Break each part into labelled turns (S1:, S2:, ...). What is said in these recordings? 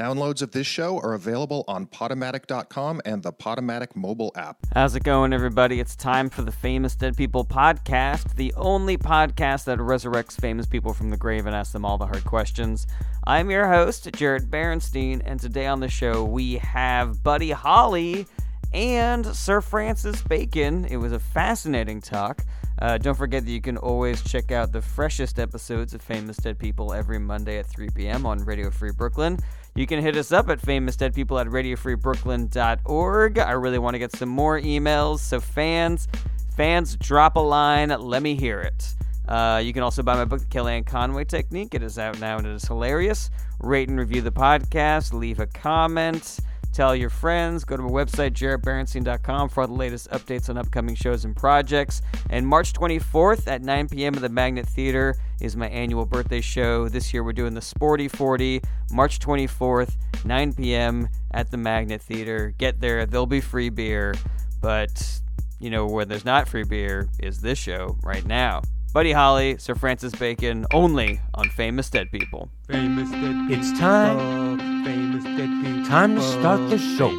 S1: Downloads of this show are available on Potomatic.com and the Potomatic mobile app.
S2: How's it going, everybody? It's time for the Famous Dead People podcast, the only podcast that resurrects famous people from the grave and asks them all the hard questions. I'm your host, Jared Berenstein, and today on the show we have Buddy Holly and Sir Francis Bacon. It was a fascinating talk. Uh, don't forget that you can always check out the freshest episodes of Famous Dead People every Monday at 3 p.m. on Radio Free Brooklyn. You can hit us up at famousdeadpeople at radiofreebrooklyn.org. I really want to get some more emails, so fans, fans, drop a line. Let me hear it. Uh, you can also buy my book, The Kellyanne Conway Technique. It is out now and it is hilarious. Rate and review the podcast. Leave a comment. Tell your friends. Go to my website, jaredberenstein.com, for all the latest updates on upcoming shows and projects. And March 24th at 9 p.m. at the Magnet Theater is my annual birthday show. This year we're doing the Sporty 40, March 24th, 9 p.m. at the Magnet Theater. Get there, there'll be free beer. But you know, where there's not free beer is this show right now. Buddy Holly, Sir Francis Bacon, only on Famous Dead People.
S3: Famous dead
S4: It's time.
S3: people, Famous dead people.
S4: Time to start the show.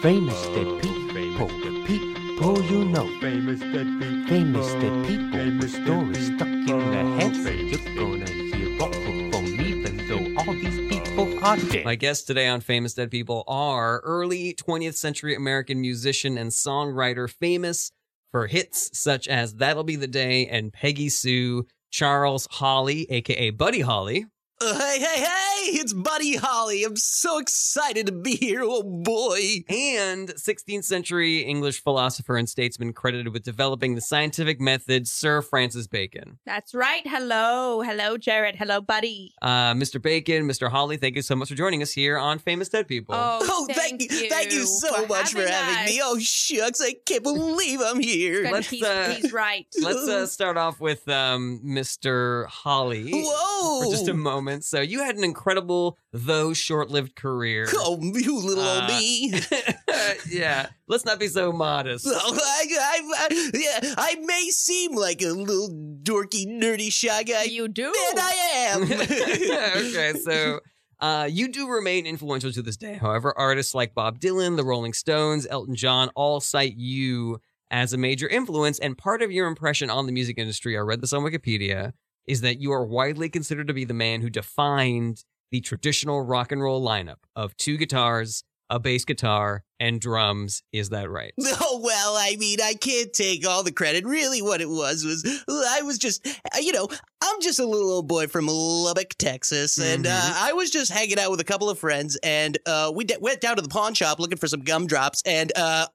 S3: Famous dead people.
S4: Famous dead people, people you know.
S3: Famous dead people.
S4: Famous dead people
S3: Famous dead
S4: with stories stuck in their heads.
S3: people.
S4: You're gonna hear all from even though all these people are dead.
S5: My guests today on Famous Dead People are early 20th century American musician and songwriter famous for hits such as That'll Be the Day and Peggy Sue, Charles Holly, aka Buddy Holly.
S6: Uh, hey, hey, hey! It's Buddy Holly. I'm so excited to be here. Oh boy.
S5: and 16th century English philosopher and statesman credited with developing the scientific method, Sir Francis Bacon.
S7: That's right. Hello. Hello, Jared. Hello, buddy.
S5: Uh, Mr. Bacon, Mr. Holly, thank you so much for joining us here on Famous Dead People.
S6: Oh, thank, you. Thank you so much for having me.
S7: us.
S6: Oh shucks, I can't believe I'm here.
S7: Good,
S5: Let's,
S7: he's,
S5: uh,
S7: he's right.
S5: Let's uh, start off with um, Mr. Holly.
S6: Whoa!
S5: for just a moment. So you had an incredible, though short-lived career.
S6: Oh, you little
S5: Uh,
S6: old me.
S5: yeah, let's not be so modest.
S6: Oh, I, I, I, yeah, I may seem like a little dorky, nerdy, shy guy,
S7: you do.
S6: and I am.
S5: okay, so uh, you do remain influential to this day. However, artists like Bob Dylan, the Rolling Stones, Elton John all cite you as a major influence. And part of your impression on the music industry, I read this on Wikipedia, is that you are widely considered to be the man who defined the traditional rock and roll lineup of two guitars, a bass guitar, and drums. Is that right?
S6: Oh, well, I mean, I can't take all the credit. Really, what it was was I was just, uh, you know, I'm just a little old boy from Lubbock, Texas, and uh,
S5: Mhm.
S6: I was just hanging out with a couple of friends, and uh, we d- went down to the pawn shop looking for some gumdrops, and uh,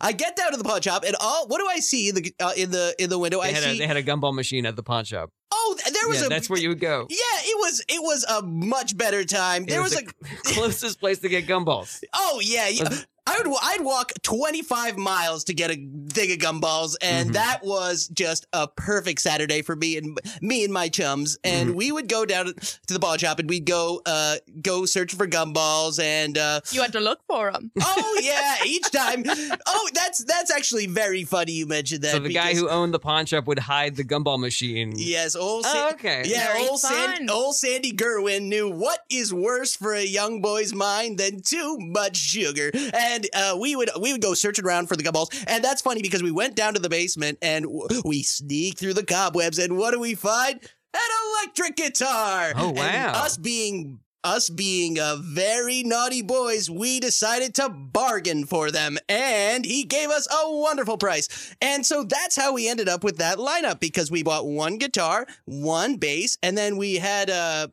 S6: I get down to the pawn shop, and all what do I see in the uh, in the in the window?
S5: They
S6: I
S5: had, a,
S6: see
S5: they had a gumball machine at the pawn shop.
S6: oh, th- there was
S5: yeah,
S6: a
S5: that's where you would go.
S6: yeah, it was it was a much better time.
S5: It
S6: There was,
S5: was
S6: a
S5: Closest place to get gumballs.
S6: Oh yeah, yeah. I would I'd walk 25 miles to get a thing of gumballs, and
S5: Mhm.
S6: that was just a perfect Saturday for me and me and my chums. And
S5: Mm-hmm.
S6: we would go down to the ball shop, and we'd go uh go search for gumballs, and uh,
S7: You had to look for him.
S6: oh yeah, each time. Oh, that's that's actually very funny. You mentioned that.
S5: So the guy
S6: because-
S5: who owned the pawn shop would hide the gumball machine.
S6: yes, old Sa-
S5: Oh, okay.
S6: Yeah,
S7: Very
S6: old, San-
S7: fun.
S6: old Sandy Gerwin knew what is worse for a young boy's mind than too much sugar, and uh, we would we would go searching around for the gumballs, and that's funny because we went down to the basement and w- we sneaked through the cobwebs, and what do we find? An electric guitar.
S5: Oh,
S6: And
S5: wow.
S6: us being us being uh, very naughty boys, we decided to bargain for them, and he gave us a wonderful price. And so that's how we ended up with that lineup because we bought one guitar, one bass, and then we had uh,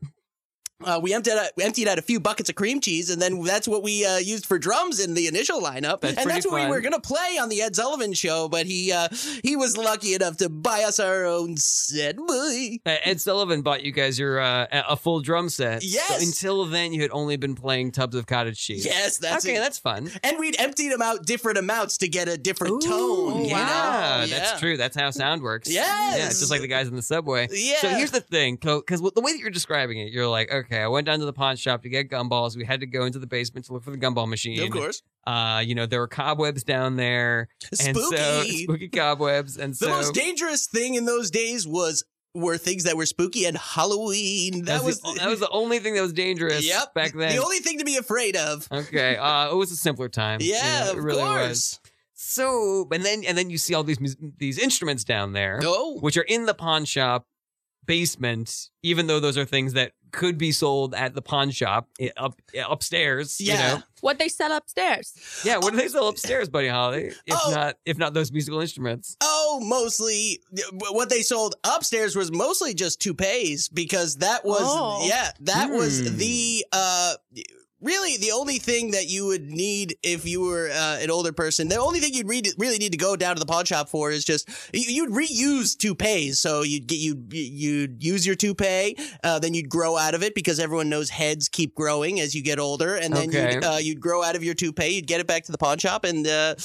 S6: uh, we emptied out, emptied out a few buckets of cream cheese, and then that's what we uh, used for drums in the initial lineup.
S5: That's
S6: and
S5: pretty
S6: that's what
S5: fun.
S6: we were gonna play on the Ed Sullivan show, but he uh, he was lucky enough to buy us our own set. Boy.
S5: Uh, Ed Sullivan bought you guys your uh, a- a full drum set. So
S6: Yes.
S5: until then, you had only been playing tubs of cottage cheese.
S6: Yes, that's
S5: okay.
S6: it.
S5: That's fun.
S6: And we'd emptied them out different amounts to get a different tone. you
S5: yeah,
S6: know?
S5: that's
S6: Yeah.
S5: true. That's how sound works.
S6: Yes.
S5: Yeah, just like the guys in the subway.
S6: Yeah.
S5: So here's the thing, because the way that you're describing it, you're like, okay, I went down to the pawn shop to get gumballs. We had to go into the basement to look for the gumball machine.
S6: Of course.
S5: Uh, you know, there were cobwebs down there. And so,
S6: Spooky.
S5: spooky cobwebs. And
S6: the
S5: so,
S6: most dangerous thing in those days was were things that were spooky and Halloween. That
S5: That's
S6: was
S5: the, that was the only thing that was dangerous
S6: Yep.
S5: back then.
S6: the only thing to be afraid of.
S5: okay, uh, it was a simpler time. You
S6: Yeah,
S5: know, it
S6: of
S5: really was.
S6: course.
S5: So, and then and then you see all these mus- these instruments down there,
S6: Oh,
S5: which are in the pawn shop basement, even though those are things that could be sold at the pawn shop i- up eh, upstairs. you
S6: Yeah.
S5: know?
S7: What they sell upstairs?
S5: yeah. What do they sell upstairs, Buddy Holly? If
S6: Oh.
S5: not, if not those musical instruments.
S6: oh, mostly what they sold upstairs was mostly just toupees because that was
S7: Oh.
S6: yeah, that was
S5: Hmm.
S6: the uh really the only thing that you would need if you were uh, an older person. The only thing you'd read, really need to go down to the pawn shop for is just you- you'd reuse toupees. So you'd get you you'd use your toupee, uh, then you'd grow out of it because everyone knows heads keep growing as you get older, and then
S5: Okay.
S6: you'd, uh, you'd grow out of your toupee. You'd get it back to the pawn shop and. Uh,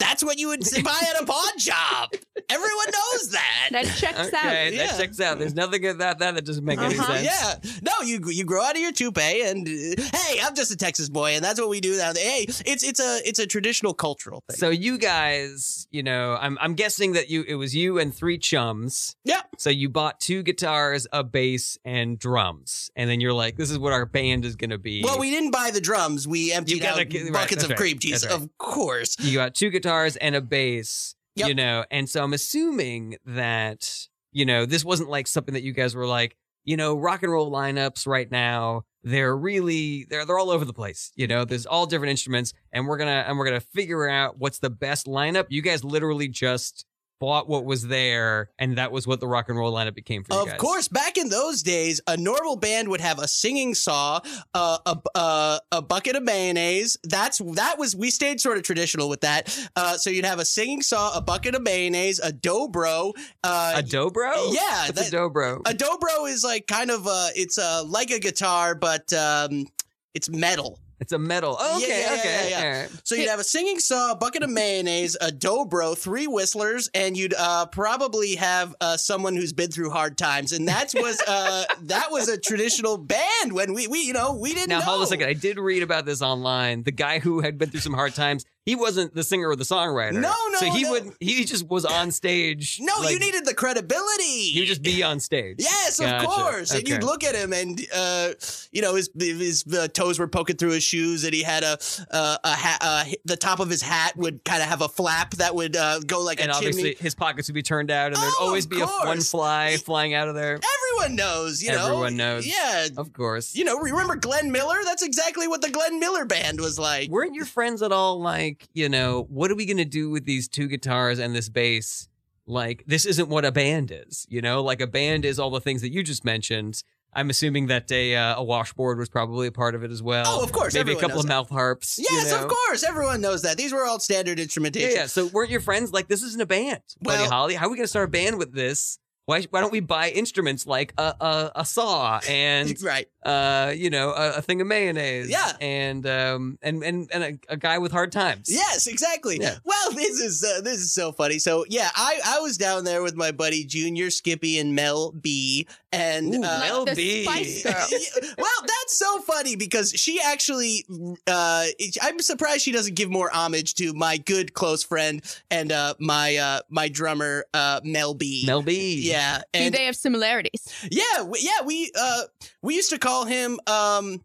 S6: that's what you would buy at a pawn shop. Everyone knows that.
S7: That checks
S5: okay,
S7: out.
S5: that
S6: yeah.
S5: checks out. There's nothing about that that doesn't make any
S7: Uh-huh.
S5: sense.
S6: Yeah. No, you you grow out of your toupee, and uh, hey, I'm just a Texas boy, and that's what we do now. Hey, it's it's a it's a traditional cultural thing.
S5: So you guys, you know, I'm I'm guessing that you it was you and three chums.
S6: Yeah.
S5: So you bought two guitars, a bass, and drums, and then you're like, this is what our band is gonna be.
S6: well, we didn't buy the drums. We emptied
S5: gotta
S6: out
S5: get- right,
S6: buckets
S5: that's
S6: of
S5: right,
S6: cream cheese,
S5: that's right.
S6: of course.
S5: you got two guitars and a bass.
S6: Yep.
S5: You know, and so I'm assuming that you know this wasn't like something that you guys were like, you know, rock and roll lineups right now. They're really they're they're all over the place. You know, there's all different instruments, and we're gonna and we're gonna figure out what's the best lineup. You guys literally just bought what was there, and that was what the rock and roll lineup became for you
S6: Of
S5: guys.
S6: course, back in those days, a normal band would have a singing saw, uh, a uh, a bucket of mayonnaise. That's that was we stayed sort of traditional with that. Uh, so you'd have a singing saw, a bucket of mayonnaise, a dobro. Uh,
S5: a dobro.
S6: yeah,
S5: What's
S6: that-
S5: Oh, a dobro.
S6: A dobro is like kind of a it's uh like a guitar, but um, it's metal.
S5: it's a metal. Oh,
S6: Yeah,
S5: okay,
S6: yeah, yeah,
S5: okay,
S6: yeah,
S5: all right.
S6: So you'd have a singing saw, a bucket of mayonnaise, a dobro, three whistlers, and you'd uh, probably have uh, someone who's been through hard times. And that was uh, that was a traditional band when we we you know we didn't
S5: Now,
S6: know.
S5: hold on a second. I did read about this online. The guy who had been through some hard times, he wasn't the singer or the songwriter.
S6: No, no,
S5: So he
S6: no.
S5: would he just was on stage.
S6: No, you
S5: like,
S6: needed the credibility.
S5: He would just be on stage.
S6: Yes, of
S5: Gotcha.
S6: course. And you'd
S5: Okay.
S6: look at him, and uh, you know his his uh, toes were poking through his shoes, and he had a uh, a hat. Uh, the top of his hat would kind of have a flap that would uh, go like
S5: And
S6: a
S5: obviously,
S6: chimney.
S5: his pockets would be turned out, and there'd
S6: Oh,
S5: always
S6: of
S5: be a, one
S6: course.
S5: fly flying out of there.
S6: Everyone knows, you know.
S5: Everyone knows.
S6: Yeah,
S5: Of course.
S6: you know. Remember Glenn Miller? That's exactly what the Glenn Miller band was like.
S5: Weren't your friends at all like, you know, what are we going to do with these two guitars and this bass? Like, this isn't what a band is, you know? Like, a band is all the things that you just mentioned. I'm assuming that a, uh, a washboard was probably a part of it as well.
S6: Oh, of course,
S5: Maybe a
S6: everyone
S5: couple
S6: knows
S5: of
S6: that.
S5: mouth harps. you
S6: Yes,
S5: know?
S6: of course. Everyone knows that. These were all standard
S5: Yeah,
S6: instrumentation.
S5: yeah. So weren't your friends like, this isn't a band, Buddy
S6: Well-
S5: Holly? How are we going to start a band with this? Why, why don't we buy instruments like a, a, a saw and
S6: Right.
S5: uh, you know a, a thing of mayonnaise
S6: Yeah.
S5: and um and and, and a, a guy with hard times
S6: Yes, exactly.
S5: Yeah.
S6: Well, this is uh, this is so funny. So yeah, I I was down there with my buddy Junior Skippy and Mel B and
S5: Ooh,
S6: uh,
S7: Like
S5: Mel
S7: the
S5: B.
S7: Spice Girl.
S6: Yeah, well, that's so funny because she actually, uh, I'm surprised she doesn't give more homage to my good close friend and uh, my uh, my drummer uh, Mel B.
S5: Mel B.
S6: Yeah,
S7: Do
S6: and
S7: they have similarities?
S6: yeah, we, yeah. We uh, we used to call him um,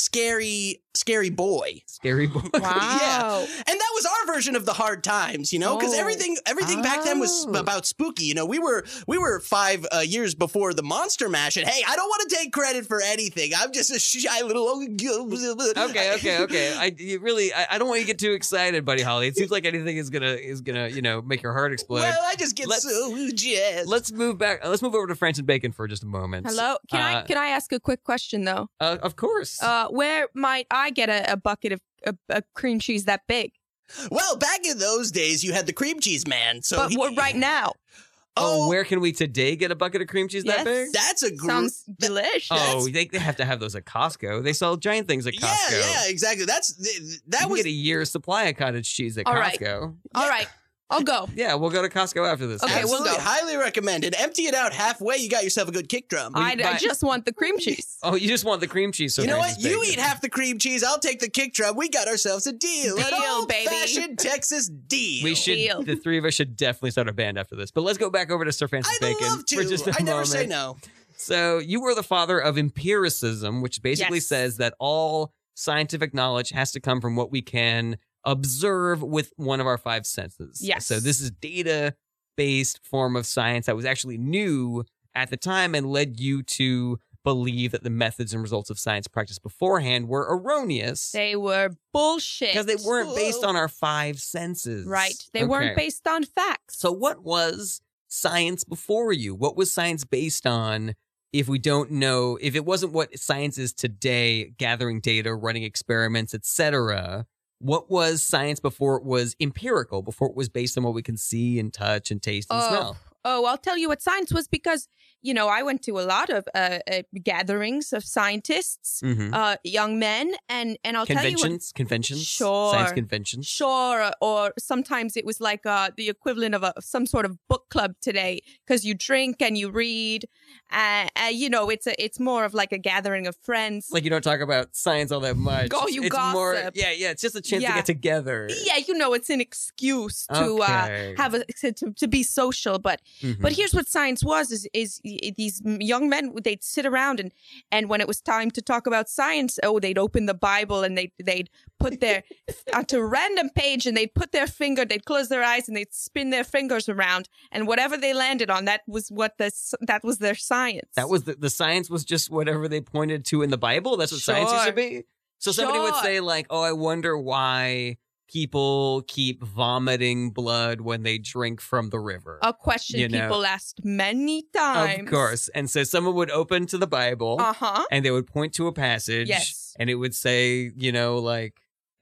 S6: scary scary boy.
S5: Scary boy.
S7: Wow.
S6: And that was our version of the hard times, you know, because
S7: Oh.
S6: everything everything back then was
S5: Oh.
S6: sp- about spooky. You know, we were we were five uh, years before the Monster Mash, and hey, I don't want to take credit for anything. I'm just a shy little.
S5: Okay, okay, okay. I you really, I, I don't want you to get too excited, buddy Holly. It seems like anything is gonna is gonna you know make your heart explode.
S6: Well, I just get
S5: Let's-
S6: so jazzed.
S5: let's move back. uh, Let's move over to French and bacon for just a moment.
S7: Hello. Can I
S5: Uh,
S7: can I ask a quick question though?
S5: Uh, of course.
S7: Uh, where might I get a, a bucket of a, a cream cheese that big?
S6: Well, back in those days, you had the cream cheese man. So
S7: but
S6: he-
S7: what right now
S5: oh,
S6: oh,
S5: where can we today get a bucket of cream cheese that
S7: Yes.
S5: big?
S6: that's a gr-
S7: sounds delicious.
S5: oh, they, they have to have those at Costco. They sell giant things at
S6: yeah,
S5: Costco.
S6: yeah, exactly. That's th- th-
S5: You
S6: that
S5: can
S6: was
S5: get a year's supply of cottage cheese at
S7: All right.
S5: Costco.
S7: All right, I'll go.
S5: Yeah, we'll go to Costco after this.
S7: Okay,
S5: guys.
S7: we'll
S6: Absolutely.
S7: go.
S6: Highly recommended. Empty it out halfway. You got yourself a good kick drum.
S7: I, I
S5: buy-
S7: just want the cream cheese.
S5: Oh, you just want the cream cheese. So
S6: you know
S5: Grace is
S6: what? You
S5: baked.
S6: eat half the cream cheese. I'll take the kick drum. We got ourselves a deal. An
S7: Deal, baby.
S6: old-fashioned Texas deal.
S5: We should.
S7: Deal.
S5: The three of us should definitely start a band after this. But let's go back over to Sir Francis
S6: I'd
S5: Bacon
S6: love to.
S5: for just a
S6: I never
S5: moment.
S6: say no.
S5: So you were the father of empiricism, which basically
S7: Yes.
S5: says that all scientific knowledge has to come from what we can observe with one of our five senses.
S7: Yes.
S5: So this is data based form of science that was actually new at the time and led you to believe that the methods and results of science practiced beforehand were erroneous
S7: They were bullshit.
S5: because they weren't based
S6: Whoa.
S5: on our five senses.
S7: Right. They
S5: Okay.
S7: weren't based on facts.
S5: So, what was science before you? What was science based on? If we don't know, if it wasn't what science is today, gathering data, running experiments, etc., what was science before it was empirical? Before it was based on what we can see and touch and taste and
S7: Oh,
S5: smell.
S7: Oh, I'll tell you what science was because, you know, I went to a lot of uh, uh, gatherings of scientists,
S5: Mhm.
S7: uh, young men, and, and I'll tell you
S5: Conventions, Mm-hmm. conventions, science
S7: Sure.
S5: conventions.
S7: what, sure, or sometimes it was like uh, the equivalent of a, some sort of book club today because you drink and you read. Uh, uh, you know, it's a, it's more of like a gathering of friends.
S5: It's like you don't talk about science all that much.
S7: Oh, you
S5: it's More,
S7: gossip.
S5: yeah, yeah. It's just a chance
S7: Yeah.
S5: to get together.
S7: yeah, you know, it's an excuse to uh,
S5: Okay.
S7: have a, to, to be social, but
S5: Mhm.
S7: But here's what science was: is is y- these m- young men they'd sit around and and when it was time to talk about science, oh, they'd open the Bible and they they'd put their onto a random page and they'd put their finger, they'd close their eyes and they'd spin their fingers around, and whatever they landed on, that was what the s- that was their science.
S5: That was the, the science was just whatever they pointed to in the Bible. That's what science used to
S7: Sure.
S5: be. So somebody would
S7: Sure.
S5: say like, "Oh, I wonder why people keep vomiting blood when they drink from the river."
S7: a question
S5: you know.
S7: people asked many
S5: of
S7: times.
S5: course. And so someone would open to the Bible
S7: Uh huh.
S5: and they would point to a passage
S7: Yes.
S5: and it would say, you know, like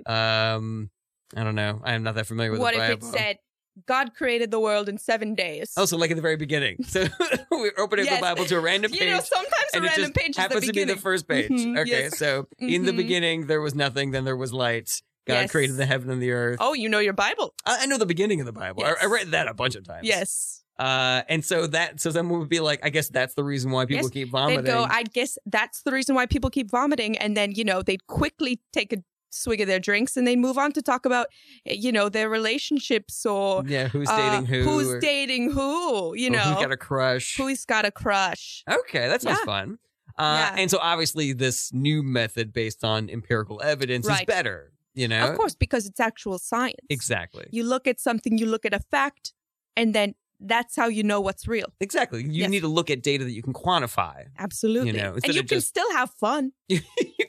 S5: um I don't know. I'm not that familiar with
S7: What
S5: the
S7: if
S5: Bible.
S7: it said God created the world in seven days?
S5: Oh, so like at the very beginning. So we're opening the
S7: Yes.
S5: Bible to a random
S7: you
S5: page.
S7: know, sometimes a
S5: and it
S7: random
S5: just
S7: page is
S5: happens
S7: the
S5: to be
S7: beginning.
S5: the first page.
S7: Mhm,
S5: Okay,
S7: yes.
S5: so in the
S7: Mhm.
S5: beginning there was nothing, then there was light. God
S7: Yes.
S5: created the heaven and the earth.
S7: Oh, you know your Bible.
S5: I, I know the beginning of the Bible.
S7: Yes.
S5: I, I read that a bunch of times.
S7: Yes.
S5: uh, and so that so someone would be like, I guess that's the reason why people
S7: Yes,
S5: keep
S7: They'd
S5: vomiting.
S7: go, I guess that's the reason why people keep vomiting. And then, you know, they'd quickly take a swig of their drinks and they move on to talk about, eh, you know, their relationships or
S5: yeah, who's
S7: uh,
S5: dating who?
S7: Who's
S5: or-
S7: dating who, you
S5: or
S7: know,
S5: who's got a crush?
S7: who's got a crush.
S5: okay, that sounds
S7: Yeah.
S5: fun. Uh,
S7: Yeah.
S5: And so obviously this new method based on empirical evidence is
S7: Right.
S5: better. You know,
S7: Of course, because it's actual science.
S5: exactly.
S7: You look at something, you look at a fact, and then that's how you know what's real.
S5: Exactly. You
S7: Yes.
S5: need to look at data that you can quantify.
S7: Absolutely.
S5: You know,
S7: and
S5: instead
S7: you
S5: of
S7: can
S5: just-
S7: still have fun.
S5: you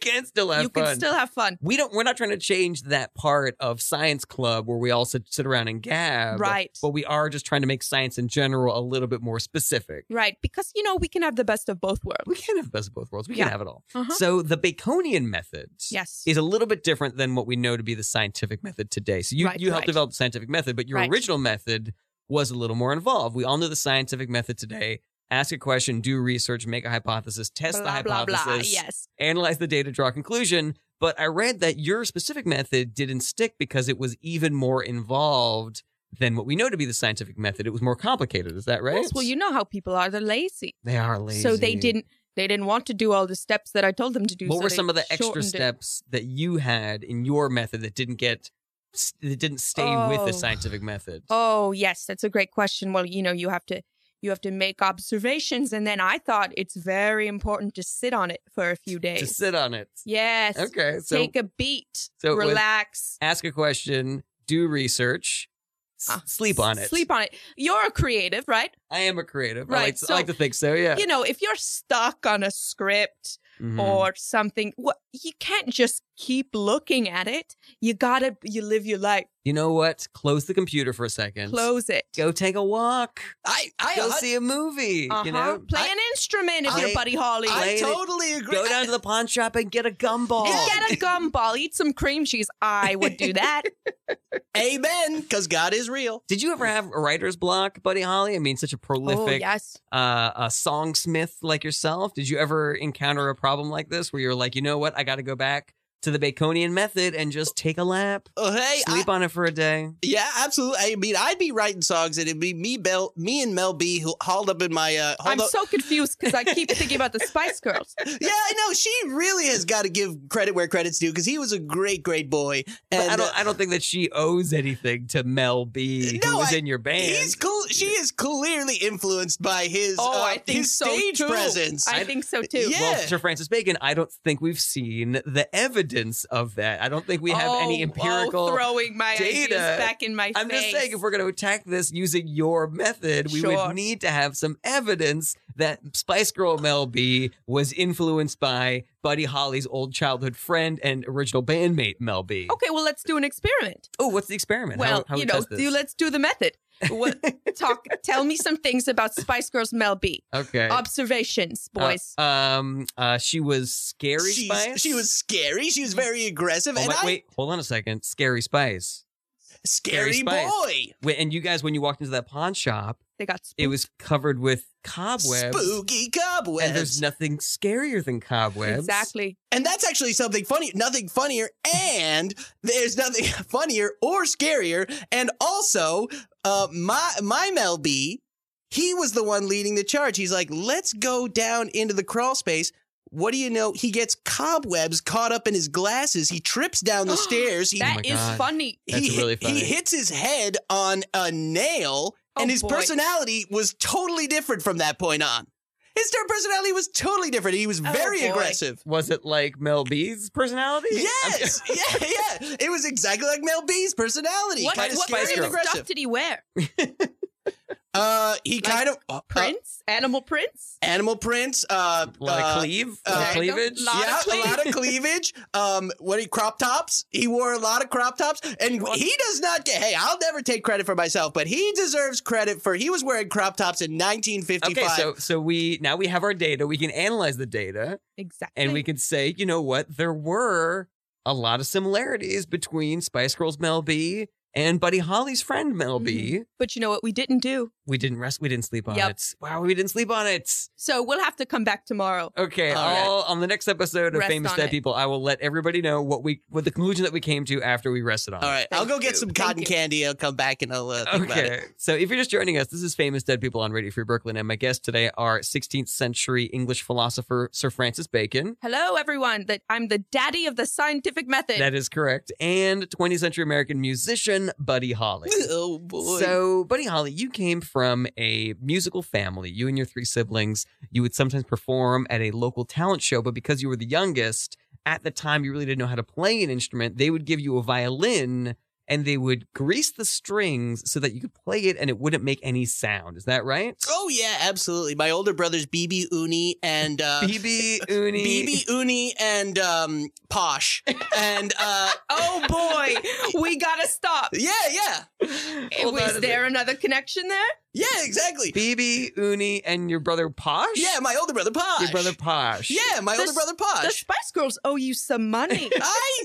S5: can still have
S7: you
S5: fun.
S7: can still have fun.
S5: we don't we're not trying to change that part of science club where we all sit, sit around and gab
S7: Right.
S5: but we are just trying to make science in general a little bit more specific
S7: Right. Because, you know, we can have the best of both worlds.
S5: we can have the best of both worlds we
S7: Yeah.
S5: can have it all
S7: Uh-huh.
S5: so the baconian method
S7: Yes.
S5: is a little bit different than what we know to be the scientific method today so you,
S7: Right,
S5: you helped
S7: right.
S5: develop the scientific method but your
S7: Right.
S5: original method was a little more involved we all know the scientific method today ask a question do research make a hypothesis test the
S7: blah, blah,
S5: hypothesis
S7: blah. Yes.
S5: analyze the data, draw a conclusion. But I read that your specific method didn't stick because it was even more involved than what we know to be the scientific method. It was more complicated. Is that right?
S7: Yes, well, you know how people are. They're lazy.
S5: they are lazy.
S7: So they didn't they didn't want to do all the steps that I told them to do.
S5: What
S7: so
S5: were
S7: they
S5: some of the extra
S7: shortened it.
S5: steps that you had in your method that didn't get that didn't stay with the
S7: Oh.
S5: scientific method?
S7: Oh, yes, that's a great question. Well, you know, you have to you have to make observations and then I thought it's very important to sit on it for a few days.
S5: To sit on it.
S7: yes.
S5: Okay, so
S7: Take a beat.
S5: so it was-
S7: relax.
S5: ask a question, do research, s-
S7: Ah,
S5: sleep on it.
S7: Sleep on it. You're a creative, right?
S5: I am a creative. I,
S7: Right,
S5: like to, I
S7: so-
S5: like to think so. Yeah.
S7: You know, if you're stuck on a script
S5: Mhm.
S7: or something, what you can't just keep looking at it. You gotta you live your life.
S5: You know what? Close the computer for a second.
S7: Close it.
S5: Go take a walk.
S6: I I,
S5: Go
S6: I,
S5: see a movie.
S7: Uh-huh.
S5: You know,
S7: play an instrument if
S5: I-
S7: you're Buddy Holly.
S5: I-
S6: I
S5: Lady-
S6: totally agree.
S5: go down to the pawn shop and get a gumball.
S7: And get a gumball, eat some cream cheese. I would do that.
S6: Amen, because God is real.
S5: Did you ever have a writer's block, Buddy Holly? I mean, such a
S7: oh
S5: prolific
S7: yes,
S5: uh, a songsmith like yourself. Did you ever encounter a problem like this where you're like, you know what? I got to go back to the Baconian method and just take a lap,
S6: Oh, hey, I-
S5: sleep on it for a day.
S6: yeah, absolutely. I mean, I'd be writing songs, and it'd be me, Bell, me and Mel B, who hauled up in my. Uh, hauled
S7: I'm
S6: up-
S7: so confused because I keep thinking about the Spice Girls.
S6: yeah, I know. She really has got to give credit where credits due because he was a great, great boy.
S5: But
S6: And
S5: I
S6: uh,
S5: don't. I don't think that she owes anything to Mel B,
S6: No,
S5: who was
S6: I-
S5: in your band.
S6: He's cool. She is clearly influenced by his
S7: Oh,
S6: uh,
S7: I think
S6: his
S7: so
S6: stage
S7: too.
S6: presence.
S7: I think so too.
S6: Yeah.
S5: Well, Sir Francis Bacon, I don't think we've seen the evidence of that. I don't think we have any
S7: Oh,
S5: empirical.
S7: oh, throwing my ideas
S5: data.
S7: back in my
S5: I'm
S7: face.
S5: just saying, if we're going to attack this using your method, we
S7: Sure.
S5: would need to have some evidence that Spice Girl Mel B was influenced by Buddy Holly's old childhood friend and original bandmate Mel B.
S7: okay, well, let's do an experiment.
S5: Oh, what's the experiment?
S7: Oh. well,
S5: how, how
S7: you
S5: we
S7: know,
S5: test this?
S7: do, let's do the method. What, talk. Tell me some things about Spice Girls Mel B.
S5: okay.
S7: Observations,
S5: Uh,
S7: boys.
S5: um, uh, she was scary
S6: She's-
S5: Spice.
S6: She was scary. She was very aggressive.
S5: Oh,
S6: and
S5: wait,
S6: I,
S5: wait, hold on a second. Scary Spice. Scary
S6: scary,
S5: Spice.
S6: boy.
S5: Wait, and you guys, when you walked into that pawn shop,
S7: they got
S5: it was covered with cobwebs.
S6: Spooky cobwebs.
S5: And there's nothing scarier than cobwebs.
S7: exactly.
S5: Oh
S6: And that's actually something funny. Nothing funnier, and there's nothing funnier or scarier. And also, uh, my my Mel B, he was the one leading the charge. He's like, let's go down into the crawl space. What do you know? He gets cobwebs caught up in his glasses. He trips down the stairs. He
S7: That
S5: my
S7: is
S5: God.
S7: funny.
S5: That's
S6: he,
S5: really
S6: he
S5: funny.
S6: hits his head on a nail,
S7: Oh,
S6: and his
S7: boy.
S6: personality was totally different from that point on. His personality was totally different. He was
S7: Oh,
S6: very
S7: boy.
S6: aggressive.
S5: Was it like Mel B's personality?
S6: Yes, yeah, yeah. It was exactly like Mel B's personality.
S7: What,
S6: kind of
S7: what
S6: scary
S7: kind
S6: and
S7: of stuff
S6: aggressive.
S7: did he wear?
S6: Uh, he kind of uh,
S7: Prince? Animal Prince?
S6: animal prints. Uh,
S5: A lot
S6: uh,
S5: of cleave?
S6: uh,
S5: A lot of
S6: uh,
S5: cleavage?
S7: lot of
S6: yeah,
S7: cleavage.
S6: a lot of cleavage. Um, what he crop tops? He wore a lot of crop tops, and he does not get. Hey, I'll never take credit for myself, but he deserves credit for he was wearing crop tops in 1955.
S5: Okay, so so we now we have our data. We can analyze the data
S7: Exactly.
S5: and we can say, you know what, there were a lot of similarities between Spice Girls Mel B and Buddy Holly's friend Mel B.
S7: But you know what we didn't do?
S5: We didn't rest. We didn't sleep on
S7: Yep.
S5: it. Wow, we didn't sleep on it.
S7: So we'll have to come back tomorrow.
S5: Okay,
S6: All right.
S5: I'll, on the next episode of
S7: Rest
S5: Famous
S7: on
S5: Dead
S7: it.
S5: People, I will let everybody know what we what the conclusion that we came to after we rested on.
S6: all
S5: it.
S6: right, I'll go
S7: Thank
S6: get
S7: you.
S6: some
S7: Thank
S6: cotton
S7: you.
S6: candy. I'll come back and I'll uh, think about it.
S5: Okay. So if you're just joining us, this is Famous Dead People on Radio Free Brooklyn, and my guests today are 16th century English philosopher Sir Francis Bacon.
S7: Hello, everyone. That I'm the daddy of the scientific method.
S5: That is correct. And 20th century American musician Buddy Holly.
S6: Oh boy.
S5: So, Buddy Holly, you came from a musical family. You and your three siblings, you would sometimes perform at a local talent show, but because you were the youngest, at the time you really didn't know how to play an instrument. They would give you a violin and they would grease the strings so that you could play it and it wouldn't make any sound. Is that right?
S6: Oh yeah, absolutely. My older brothers BB Uni and uh
S5: BB Uni.
S6: BB Uni and um Posh. And uh
S7: oh boy, we gotta stop.
S6: yeah, yeah.
S5: Well,
S7: Was
S5: that-
S7: there another connection there?
S6: Yeah, exactly.
S5: BB Uni and your brother Posh?
S6: Yeah, my older brother Posh.
S5: Your brother Posh.
S6: Yeah, my
S7: The
S6: older
S7: s-
S6: brother
S5: Uh,
S7: The
S6: Posh.
S7: Spice Girls owe you some money.
S6: I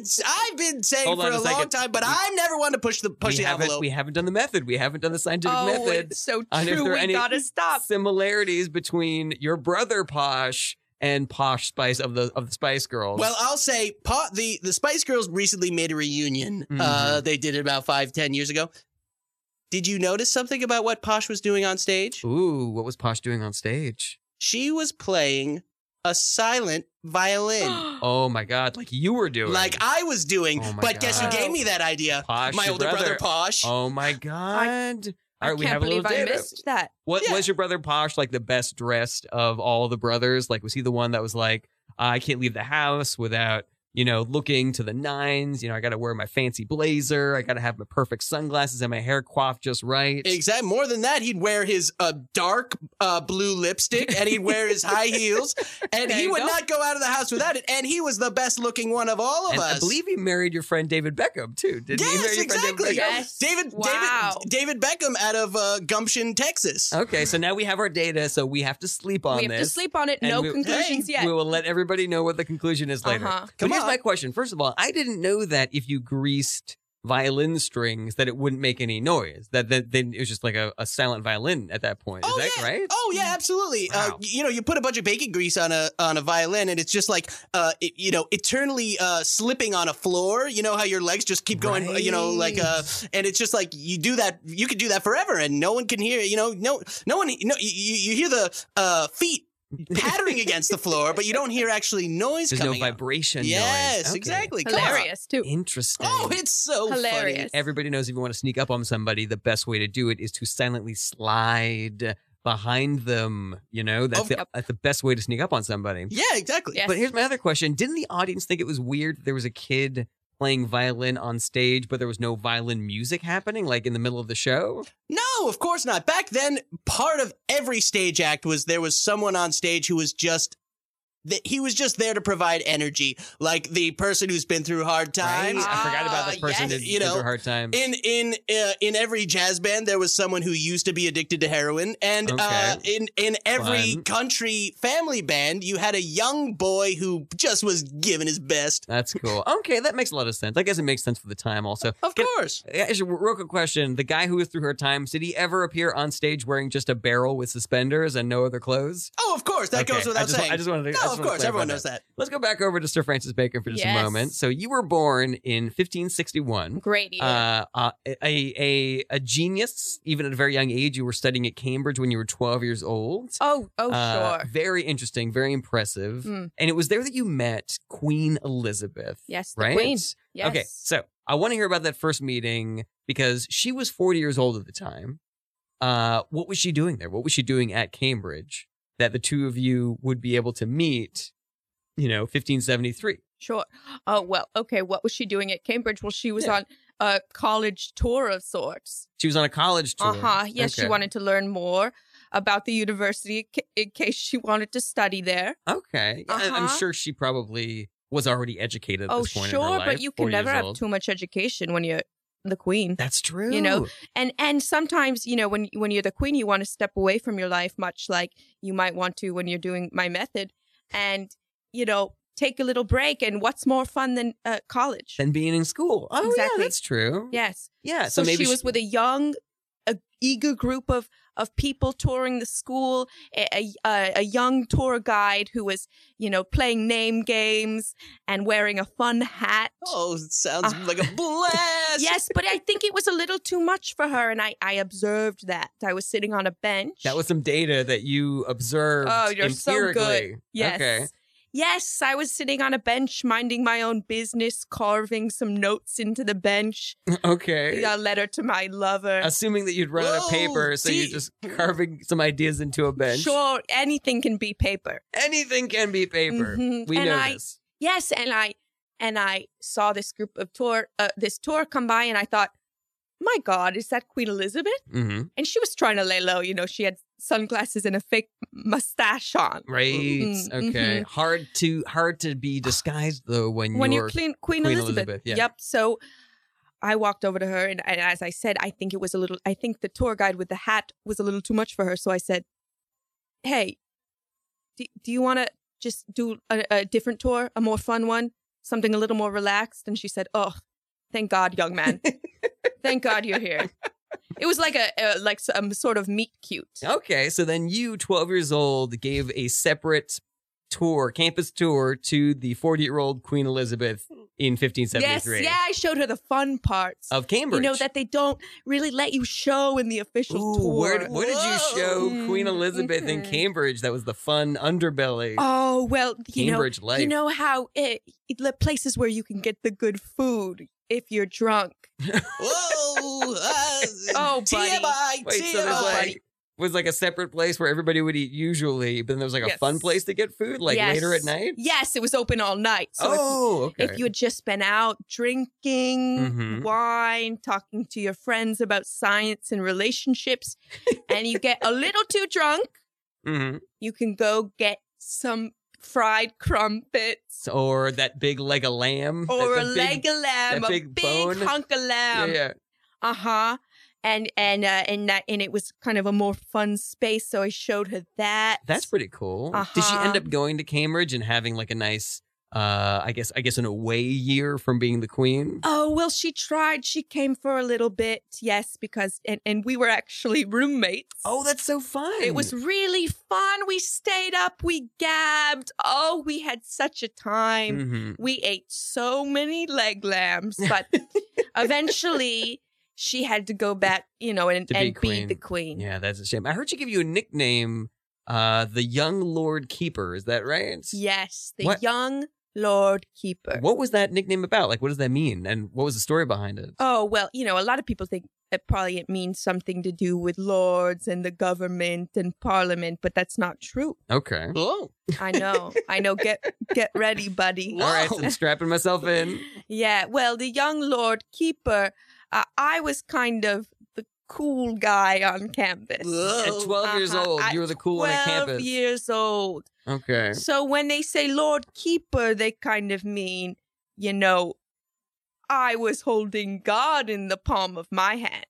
S6: I've been saying
S5: Hold
S6: for
S5: on
S6: a,
S5: a
S6: long
S5: second.
S6: time, but I never wanted to push the push
S5: we
S6: the
S5: haven't,
S6: envelope.
S5: we haven't done the method. We haven't done the scientific
S7: oh,
S5: method.
S7: it's so
S5: And if
S7: true.
S5: there are
S7: We
S5: any-
S7: gotta stop.
S5: similarities between your brother Posh and Posh Spice of the of the Spice Girls.
S6: Well, I'll say pa- the the Spice Girls recently made a reunion.
S5: Mm-hmm.
S6: Uh, they did it about five, ten years ago. Did you notice something about what Posh was doing on stage?
S5: ooh, what was Posh doing on stage?
S6: She was playing a silent violin.
S5: Oh my God, like you were doing.
S6: like I was doing.
S5: Oh my
S6: but guess who
S7: God.
S6: gave me that idea?
S5: Posh,
S6: My
S5: your
S6: older brother, Posh.
S5: Oh my God.
S7: I
S5: All right, we
S7: can't
S5: have a little
S7: believe I
S5: data.
S7: missed that.
S5: What
S6: Yeah.
S5: was your brother Posh like the best dressed of all the brothers? Like was he the one that was like, I can't leave the house without, you know, looking to the nines, you know, I gotta wear my fancy blazer, I gotta have my perfect sunglasses and my hair coiffed just right.
S6: Exact. More than that, he'd wear his uh, dark uh, blue lipstick and he'd wear his high heels, and
S7: There
S6: he
S7: you
S6: would
S7: go.
S6: not go out of the house without it. And he was the best looking one of all of
S5: And
S6: us.
S5: I believe he married your friend David Beckham too. Didn't he marry
S6: yes,
S5: your friend
S6: exactly.
S5: David Beckham?
S7: Yes.
S6: David,
S7: Wow.
S6: David, David Beckham out of uh, Gumption, Texas.
S5: Okay, so now we have our data, so we have to sleep on
S7: we have
S5: this.
S7: to sleep on it.
S5: and
S7: No
S5: we-
S7: conclusions yet.
S5: We will let everybody know what the conclusion is later.
S7: Uh-huh.
S5: But
S6: Come
S5: here's
S6: on.
S5: my question. First of all, I didn't know that if you greased violin strings that it wouldn't make any noise. That that then it was just like a, a silent violin at that point. Is that
S6: yeah.
S5: right?
S6: Oh yeah, absolutely. Uh,
S5: Wow.
S6: y- you know, you put a bunch of baking grease on a on a violin, and it's just like uh, it, you know, eternally uh, slipping on a floor. You know how your legs just keep going. uh, You know, like uh, and it's just like you do that. You could do that forever, and no one can hear. You know, no, no one. No, you, you you hear the uh, feet pattering against the floor, but you don't hear actually noise
S5: There's no
S6: coming. out.
S5: vibration. noise.
S6: Yes,
S5: Okay.
S6: exactly. Come on.
S7: Hilarious too.
S5: Interesting.
S6: Oh, it's so funny.
S7: Hilarious.
S5: Everybody knows if you want to sneak up on somebody, the best way to do it is to silently slide behind them. You know, that's,
S6: Oh,
S5: the,
S7: yep.
S5: that's the best way to sneak up on somebody.
S6: Yeah, exactly.
S7: Yes.
S5: But here's my other question Didn't the audience think it was weird that there was a kid playing violin on stage, but there was no violin music happening, like in the middle of the show?
S6: No, of course not. Back then, part of every stage act was there was someone on stage who was just that he was just there to provide energy, like the person who's been through hard
S5: Right?
S6: times.
S5: I forgot about this
S7: Ah,
S5: person.
S6: Uh, yes.
S5: in-
S6: You
S5: in their
S6: know,
S5: hard time.
S6: In in uh, in every jazz band, there was someone who used to be addicted to heroin, and uh,
S5: Okay.
S6: in in every
S5: Fun.
S6: country family band, you had a young boy who just was giving his best.
S5: That's cool. Okay, that makes a lot of sense. I guess it makes sense for the time also.
S6: Of
S5: Can-
S6: course,
S5: Actually, real quick question. The guy who was through her times, did he ever appear on stage wearing just a barrel with suspenders and no other clothes?
S6: oh, of course, that
S5: Okay,
S6: goes
S5: I
S6: without
S5: just,
S6: saying.
S5: I just wanted to. I just wanted
S6: no, of
S5: to
S6: course,
S5: clarify
S6: everyone knows that.
S5: Let's go back over to Sir Francis Bacon for just a
S7: Yes.
S5: moment. So you were born in 1561.
S7: Great year.
S5: Uh, uh, a, a a genius, even at a very young age. You were studying at Cambridge when you were 12 years old.
S7: oh, oh,
S5: Uh,
S7: sure.
S5: Very interesting, very impressive.
S6: Hmm.
S7: Mm.
S5: And it was there that you met Queen Elizabeth,
S7: Yes, the
S5: right?
S7: queen. Yes.
S5: Okay, so I want to hear about that first meeting because she was 40 years old at the time. Uh, what was she doing there? What was she doing at Cambridge that the two of you would be able to meet, you know, 1573?
S7: Sure. Oh well. Okay. What was she doing at Cambridge? Well, she was
S5: Yeah.
S7: on a college tour of sorts.
S5: She was on a college tour.
S7: Uh huh. Yes, she
S5: Okay.
S7: wanted to learn more about the university ca- in case she wanted to study there.
S5: Okay. Yeah, I- I'm
S7: Uh-huh.
S5: sure she probably was already educated at
S7: oh,
S5: this point
S7: sure,
S5: in her life.
S7: but you can
S5: 40 years
S7: never have
S5: old.
S7: too much education when you're the queen.
S5: That's true.
S7: You know, And and sometimes, you know, when when you're the queen, you want to step away from your life much like you might want to when you're doing my method and you know, take a little break and what's more fun than uh, college?
S5: than being in school. Oh,
S7: Exactly.
S5: yeah, that's true.
S7: yes.
S5: Yeah.
S7: so,
S5: So, maybe
S7: she was with a young a eager group of of people touring the school a, a, a- a young tour guide who was you know playing name games and wearing a fun hat
S6: Oh, it sounds
S7: Uh,
S6: like a blast.
S7: yes but i think it was a little too much for her and i i observed that i was sitting on a bench
S5: That was some data that you observed.
S7: Oh, you're so good.
S5: empirically.
S7: yes
S5: Okay.
S7: Yes, I was sitting on a bench minding my own business, carving some notes into the bench,
S5: Okay.
S7: a letter to my lover.
S5: Assuming that you'd run out of
S6: Whoa,
S5: paper, so you're
S6: deep.
S5: just carving some ideas into a bench.
S7: Sure, anything can be paper.
S5: Anything can be paper.
S7: Mhm.
S5: We
S7: And
S5: know
S7: I-
S5: this.
S7: yes and i and i saw this group of tour uh, this tour come by and i thought my god is that queen elizabeth
S5: hmm
S7: and she was trying to lay low you know she had sunglasses and a fake mustache on
S5: Right.
S7: Mhm,
S5: Okay. Hard to hard to be disguised though when,
S7: when
S5: you're
S7: you're clean, queen,
S5: Queen
S7: elizabeth,
S5: Elizabeth, yeah.
S7: yep so i walked over to her and, and as i said i think it was a little i think the tour guide with the hat was a little too much for her so i said hey do, do you want to just do a, a different tour a more fun one something a little more relaxed and she said oh thank god young man thank god you're here it was like a, a like some sort of meet cute
S5: Okay, so then you, 12 years old, gave a separate tour, campus tour, to the 40 year old Queen Elizabeth in
S7: yes
S5: 1573
S7: yeah i showed her the fun parts
S5: of Cambridge.
S7: you know that they don't really let you show in the official
S5: Ooh,
S7: tour
S5: where, what did you
S6: Whoa.
S5: show Queen
S7: Mm,
S5: Elizabeth in
S7: mhm.
S5: Cambridge? That was the fun underbelly,
S7: Oh well, you
S5: Cambridge
S7: know,
S5: life.
S7: you know how it, it- the places where you can get the good food if you're drunk.
S6: Whoa! Uh,
S7: Oh, buddy.
S6: TMI,
S5: Wait,
S6: TMI.
S5: so there's like was like a separate place where everybody would eat usually, but then there was like a
S7: Yes.
S5: fun place to get food, like
S7: Yes.
S5: later at night.
S7: Yes, it was open all night. So
S5: oh,
S7: if,
S5: okay.
S7: if you had just been out drinking
S5: Mhm.
S7: wine, talking to your friends about science and relationships, and you get a little too drunk,
S5: hmm
S7: you can go get some fried crumpets
S5: or that big leg of lamb, that-
S7: or
S5: the
S7: a
S5: big-
S7: leg of lamb,
S5: that
S7: a
S5: big
S7: big,
S5: bone.
S7: hunk of
S5: Yeah,
S7: lamb.
S5: yeah.
S7: Uh huh. And and uh, and that and it was kind of a more fun space, so I showed her that.
S5: That's pretty cool. Did she end
S7: Uh-huh.
S5: up going to Cambridge and having like a nice uh, I guess I guess an away year from being the queen.
S7: Oh, well, she tried. She came for a little bit, yes, because, and, and we were actually roommates.
S5: Oh, that's so fun!
S7: It was really fun. We stayed up, we gabbed. Oh, we had such a time.
S5: Mhm.
S7: We ate so many leg lambs, but eventually she had to go back, you know, and,
S5: To be
S7: and be
S5: queen.
S7: the queen.
S5: Yeah, that's a shame. I heard she give you a nickname, uh, the Young Lord Keeper. Is that right?
S7: Yes, the
S5: What-
S7: young Lord Keeper.
S5: What was that nickname about? Like, what does that mean? And what was the story behind it?
S7: Oh, well, you know, a lot of people think that probably it means something to do with lords and the government and parliament, but that's not true.
S5: Okay.
S6: Oh,
S7: I know. I know. Get get ready, buddy.
S5: All right, so I'm strapping myself in.
S7: Yeah, well, the young Lord Keeper, uh, I was kind of the cool guy on campus.
S5: At
S6: whoa.
S5: 12 years
S7: Uh-huh.
S5: old,
S7: At
S5: you were the cool one on
S7: 12
S5: campus.
S7: years old.
S5: Okay.
S7: So when they say Lord Keeper, they kind of mean, you know, I was holding God in the palm of my hand.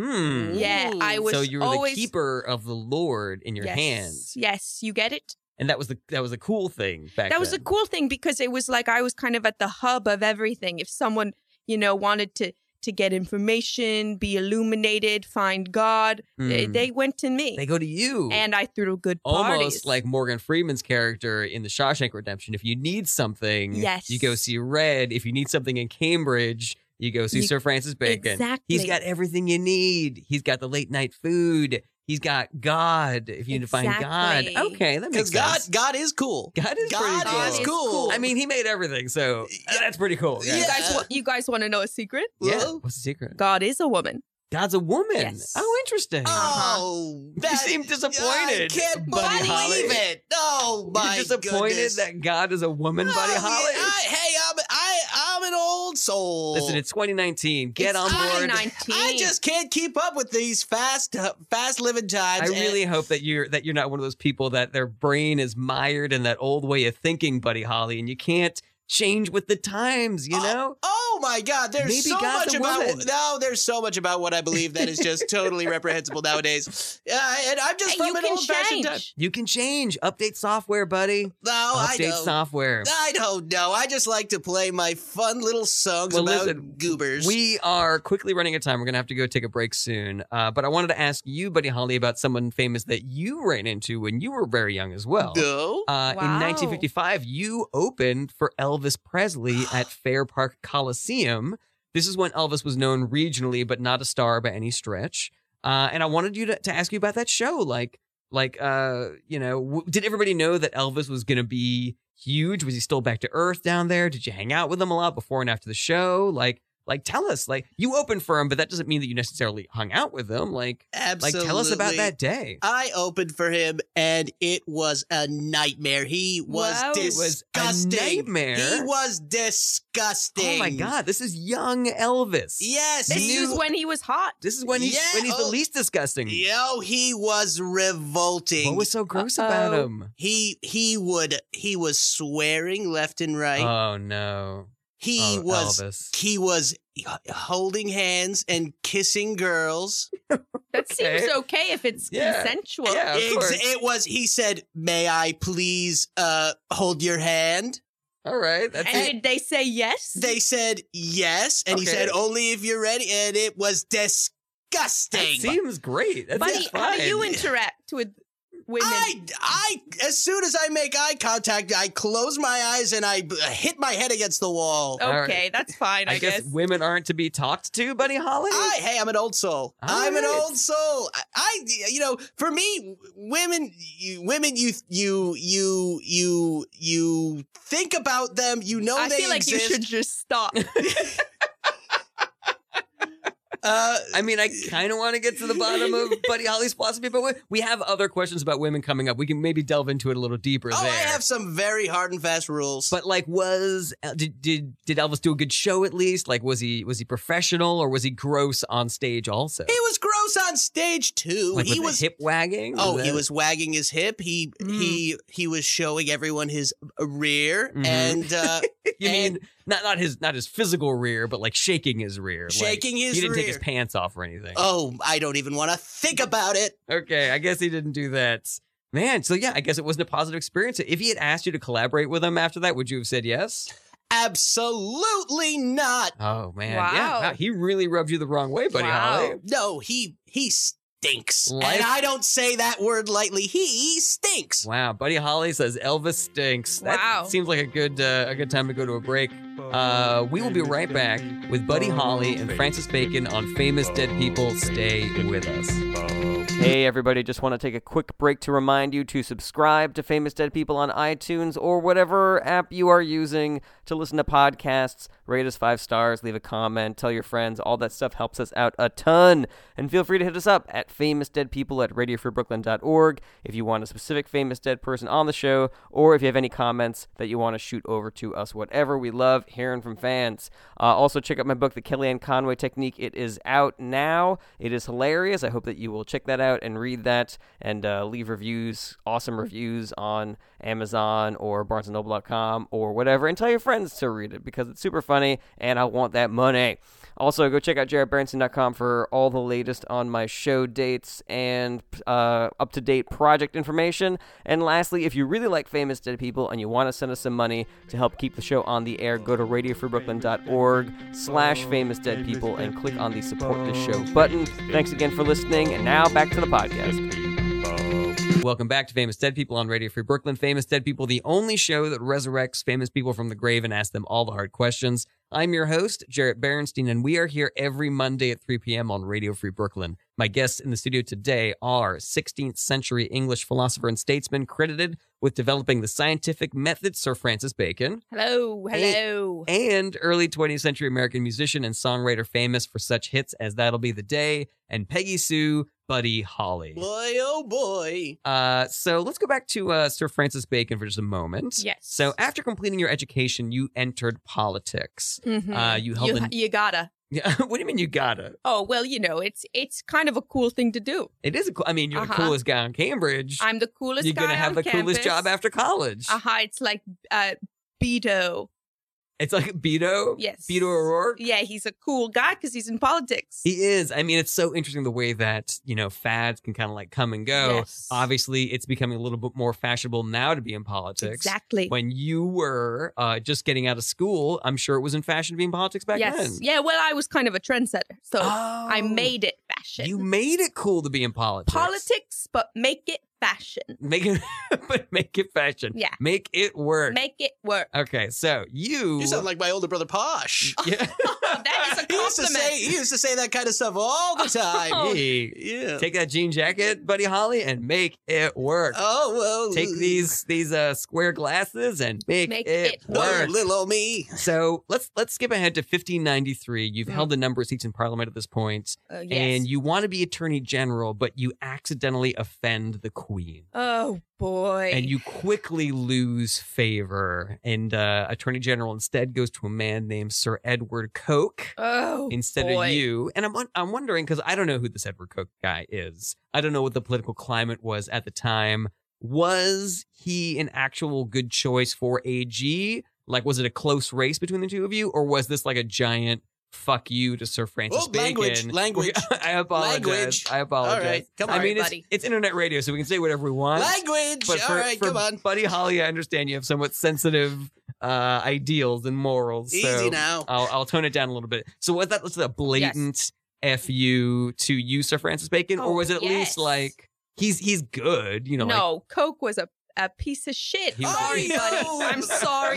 S5: Hmm.
S7: Yeah, I Mm, was
S5: so you were
S7: always
S5: the keeper of the Lord in your
S7: yes,
S5: hands,
S7: Yes, you get it?
S5: and that was the that was a cool thing back.
S7: that was a
S5: then.
S7: cool thing because it was like I was kind of at the hub of everything. If someone, you know, wanted to to get information, be illuminated, find God, they,
S5: Hmm.
S7: they went to me.
S5: They go to you,
S7: and I threw good
S5: almost
S7: parties.
S5: like Morgan Freeman's character in The Shawshank Redemption. If you need something,
S7: Yes.
S5: you go see Red. If you need something in Cambridge, you go see
S7: You-
S5: Sir Francis Bacon. He's
S7: Exactly.
S5: got everything you need. He's got the late night food. He's got God. If you need to find God,
S7: Exactly.
S5: okay, that
S6: because
S5: makes
S6: God,
S5: sense.
S6: God is cool.
S5: God is
S6: God
S5: pretty cool.
S6: is cool.
S7: cool.
S5: I mean, he made everything, so uh,
S6: Yeah.
S5: that's pretty cool.
S6: Yeah.
S7: you
S5: guys.
S7: guys, wa- you guys want to know a secret?
S5: Yeah.
S6: Whoa.
S5: What's the secret?
S7: God is a woman.
S5: God's a woman.
S7: Yes.
S5: Oh, interesting.
S6: Oh, that,
S5: seem
S6: I
S5: disappointed,
S6: can't
S5: Buddy
S6: believe
S5: Holly.
S6: it. Oh my
S5: You're disappointed
S6: goodness.
S5: that God is a woman,
S6: Oh,
S5: Buddy
S6: yeah,
S5: Holly?
S6: I- hey, I'm I I'm an old soul.
S5: Listen, it's 2019. Get
S6: It's
S5: on board.
S7: 2019.
S6: I just can't keep up with these fast uh, fast living
S5: I
S6: times.
S5: really hope that you're that you're not one of those people that their brain is mired in that old way of thinking, Buddy Holly, and you can't change with the times. You
S6: Oh,
S5: know?
S6: Oh my God! There's
S5: Maybe
S6: so
S5: God's
S6: much
S5: a
S6: about
S5: woman.
S6: no. There's so much about what I believe that is just totally reprehensible nowadays. Uh, and I'm just
S7: Hey,
S6: from
S7: you
S6: an
S7: can
S6: old-fashioned time.
S7: change.
S5: You can change. Update software, buddy.
S6: No, Oh, I
S5: Update
S6: don't.
S5: software.
S6: I don't know. I just like to play my fun little songs
S5: Well,
S6: about
S5: listen,
S6: goobers.
S5: We are quickly running out of time. We're going to have to go take a break soon. Uh, but I wanted to ask you, Buddy Holly, about someone famous that you ran into when you were very young as well.
S6: no.
S5: Uh, In
S7: Wow.
S5: 1955, you opened for Elvis Presley at Fair Park Coliseum. This is when Elvis was known regionally, but not a star by any stretch. Uh, and I wanted you to, to ask you about that show. Like, like, uh, you know, w- did everybody know that Elvis was going to be huge? Was he still back to earth down there? Did you hang out with him a lot before and after the show? Like, like, tell us. Like, you opened for him, but that doesn't mean that you necessarily hung out with him. Like,
S6: Absolutely.
S5: like, tell us about that day.
S6: I opened for him and it was a nightmare. He was
S7: Wow. It
S5: was a
S6: disgusting.
S5: nightmare.
S6: He was disgusting.
S5: Oh my God, this is young Elvis.
S6: Yes.
S7: This
S6: he
S7: is when he was hot.
S5: This is when he's
S6: Yeah,
S5: when he's the
S6: oh.
S5: least disgusting.
S6: Yo, he was revolting.
S5: What was so gross about
S7: Uh-oh.
S5: him?
S6: he he would he was swearing left and right.
S5: Oh no.
S6: he
S5: Oh,
S6: was
S5: Elvis.
S6: he was holding hands and kissing girls.
S7: That
S5: Okay.
S7: seems okay if it's
S5: Yeah.
S7: consensual.
S5: Yeah, of
S6: Ex-
S5: course.
S6: it was he said, "May I please uh hold your hand?"
S5: All right. That's
S7: And
S5: it.
S7: did they say yes?
S6: They said yes, and he
S5: Okay.
S6: said only if you're ready, and it was
S5: That
S6: disgusting.
S5: seems great. That
S7: Buddy,
S5: seems
S6: uh,
S7: how do
S5: fine.
S7: you interact with women?
S6: I, I, as soon as I make eye contact, I close my eyes and I b- uh, hit my head against the wall.
S7: okay,
S5: All right.
S7: that's fine, I,
S5: I guess women aren't to be talked to, Buddy Holly.
S6: I, hey, I'm an old soul.
S5: All
S6: I'm an
S5: right.
S6: old soul. I, I, you know, for me, women, you, women, you, you, you, you, you think about them. You know
S7: I
S6: they
S7: feel like
S6: exist.
S7: you should just stop.
S6: Uh,
S5: I mean, I kind of want to get to the bottom of Buddy Holly's philosophy, but we, we have other questions about women coming up. We can maybe delve into it a little deeper
S6: oh,
S5: there.
S6: I have some very hard and fast rules.
S5: But like, was uh, did, did did Elvis do a good show at least? Like, was he was he professional or was he gross on stage also?
S6: he was gross on stage too.
S5: like,
S6: he
S5: with the
S6: was
S5: hip wagging.
S6: Oh,
S5: Was
S6: he
S5: that-
S6: was wagging his hip. He
S5: Mm.
S6: he he was showing everyone his uh, rear
S5: Mhm.
S6: and uh,
S5: You
S6: and-
S5: mean not not his not his physical rear, but like shaking his rear, like,
S6: shaking his
S5: he didn't
S6: rear.
S5: take his pants off or anything.
S6: oh, I don't even want to think about it.
S5: Okay, I guess he didn't do that. Man, so yeah, I guess it wasn't a positive experience. If he had asked you to collaborate with him after that, would you have said yes?
S6: Absolutely not.
S5: Oh man, yeah,
S7: Wow.
S5: wow. he really rubbed you the wrong way, buddy
S7: Wow.
S5: Holly.
S6: No, he he stinks.
S5: Life-
S6: And I don't say that word lightly. He stinks.
S5: Wow, buddy Holly says Elvis stinks. That
S7: Wow.
S5: seems like a good uh, a good time to go to a break. Uh, we will be right back with Buddy Holly and Francis Bacon on Famous Dead People. Stay with us.
S2: Hey, everybody, just want to take a quick break to remind you to subscribe to Famous Dead People on iTunes or whatever app you are using to listen to podcasts. Rate us five stars, leave a comment, tell your friends. All that stuff helps us out a ton. And feel free to hit us up at famousdeadpeople at radiofreebrooklyn.org if you want a specific famous dead person on the show or if you have any comments that you want to shoot over to us. Whatever, we love hearing from fans. Uh, also, check out my book, The Kellyanne Conway Technique. It is out now. It is hilarious. I hope that you will check that out and read that and uh, leave reviews, awesome reviews on Amazon or BarnesandNoble.com or whatever, and tell your friends to read it because it's super funny and I want that money. Also, go check out jaredbranson.com for all the latest on my show dates and uh, up to date project information. And lastly, if you really like famous dead people and you want to send us some money to help keep the show on the air, go to radiofreebrooklyn.org slash famous dead people and click on the support the show button. Thanks again for listening. And now back to the podcast.
S5: Welcome back to Famous Dead People on Radio Free Brooklyn. Famous Dead People, the only show that resurrects famous people from the grave and asks them all the hard questions. I'm your host, Jarrett Berenstein, and we are here every Monday at 3 p.m. on Radio Free Brooklyn. My guests in the studio today are 16th century English philosopher and statesman credited with developing the scientific method, Sir Francis Bacon,
S7: Hello, hello.
S5: and early 20th century American musician and songwriter famous for such hits as That'll Be the Day and Peggy Sue Buddy Holly.
S6: Boy, oh boy.
S5: Uh, so let's go back to uh, Sir Francis Bacon for just a moment.
S7: Yes.
S5: So after completing your education, you entered politics.
S7: Mhm.
S5: Uh, you held
S7: you,
S5: an-
S7: you gotta.
S5: Yeah. what do you mean you gotta?
S7: Oh well, you know it's it's kind of a cool thing to do.
S5: It is. A cool, I mean, you're the
S7: Uh-huh.
S5: coolest guy on Cambridge.
S7: I'm the coolest.
S5: you're gonna
S7: guy
S5: have the
S7: on
S5: coolest
S7: campus.
S5: job after college.
S7: Uh-huh, it's like uh, Beto.
S5: It's like Beto.
S7: Yes.
S5: Beto O'Rourke.
S7: Yeah, he's a cool guy because he's in politics.
S5: He is. I mean, it's so interesting the way that you know fads can kind of like come and go.
S7: Yes.
S5: oh, Obviously, it's becoming a little bit more fashionable now to be in politics.
S7: exactly.
S5: When you were uh, just getting out of school, I'm sure it was in fashion to be in politics back
S7: yes.
S5: then.
S7: Yeah. Well, I was kind of a trendsetter, so I
S5: Oh,
S7: made it fashion.
S5: You made it cool to be in politics.
S7: politics, but make it fashion.
S5: Make it, but make it fashion.
S7: Yeah.
S5: Make it work.
S7: Make it work.
S5: okay, so you.
S6: You sound like my older brother Posh.
S5: yeah.
S7: that is a
S6: He used to say
S7: compliment.
S6: he used to say that kind of stuff all the time.
S7: Oh.
S5: Hey,
S6: Yeah.
S5: take that jean jacket, Buddy Holly, and make it work.
S6: oh well.
S5: Take these these uh, square glasses and make,
S7: Make it
S6: No,
S5: work.
S6: little old me.
S5: So let's let's skip ahead to 1593. You've
S7: Mm.
S5: held a number of seats in Parliament at this point,
S7: Uh, yes.
S5: and you want to be Attorney General, but you accidentally offend the Queen.
S7: oh boy.
S5: and you quickly lose favor. And uh, Attorney General instead goes to a man named Sir Edward Coke
S7: Oh,
S5: instead
S7: boy.
S5: of you. And I'm won- I'm wondering because I don't know who this Edward Coke guy is. I don't know what the political climate was at the time. Was he an actual good choice for AG? Like, was it a close race between the two of you, or was this like a giant fuck you to Sir Francis
S6: Oh,
S5: Bacon?
S6: language, language.
S5: I apologize.
S6: Language.
S5: I apologize.
S6: All right, come
S5: I
S6: on,
S5: mean, it's,
S7: buddy.
S5: it's internet radio, so we can say whatever we want.
S6: Language.
S5: But for,
S6: all right,
S5: for
S6: come on.
S5: Buddy Holly, I understand you have somewhat sensitive uh, ideals and morals. so uh,
S6: Easy now.
S5: I'll, I'll tone it down a little bit. So was that was that a blatant fu to you, Sir Francis Bacon,
S7: Oh,
S5: or was it at least
S7: yes.
S5: like he's he's good? You know, like,
S7: no, Coke was a, a piece of shit.
S5: He was a-
S7: sorry,
S5: Oh,
S7: buddy.
S6: no.
S7: I'm sorry,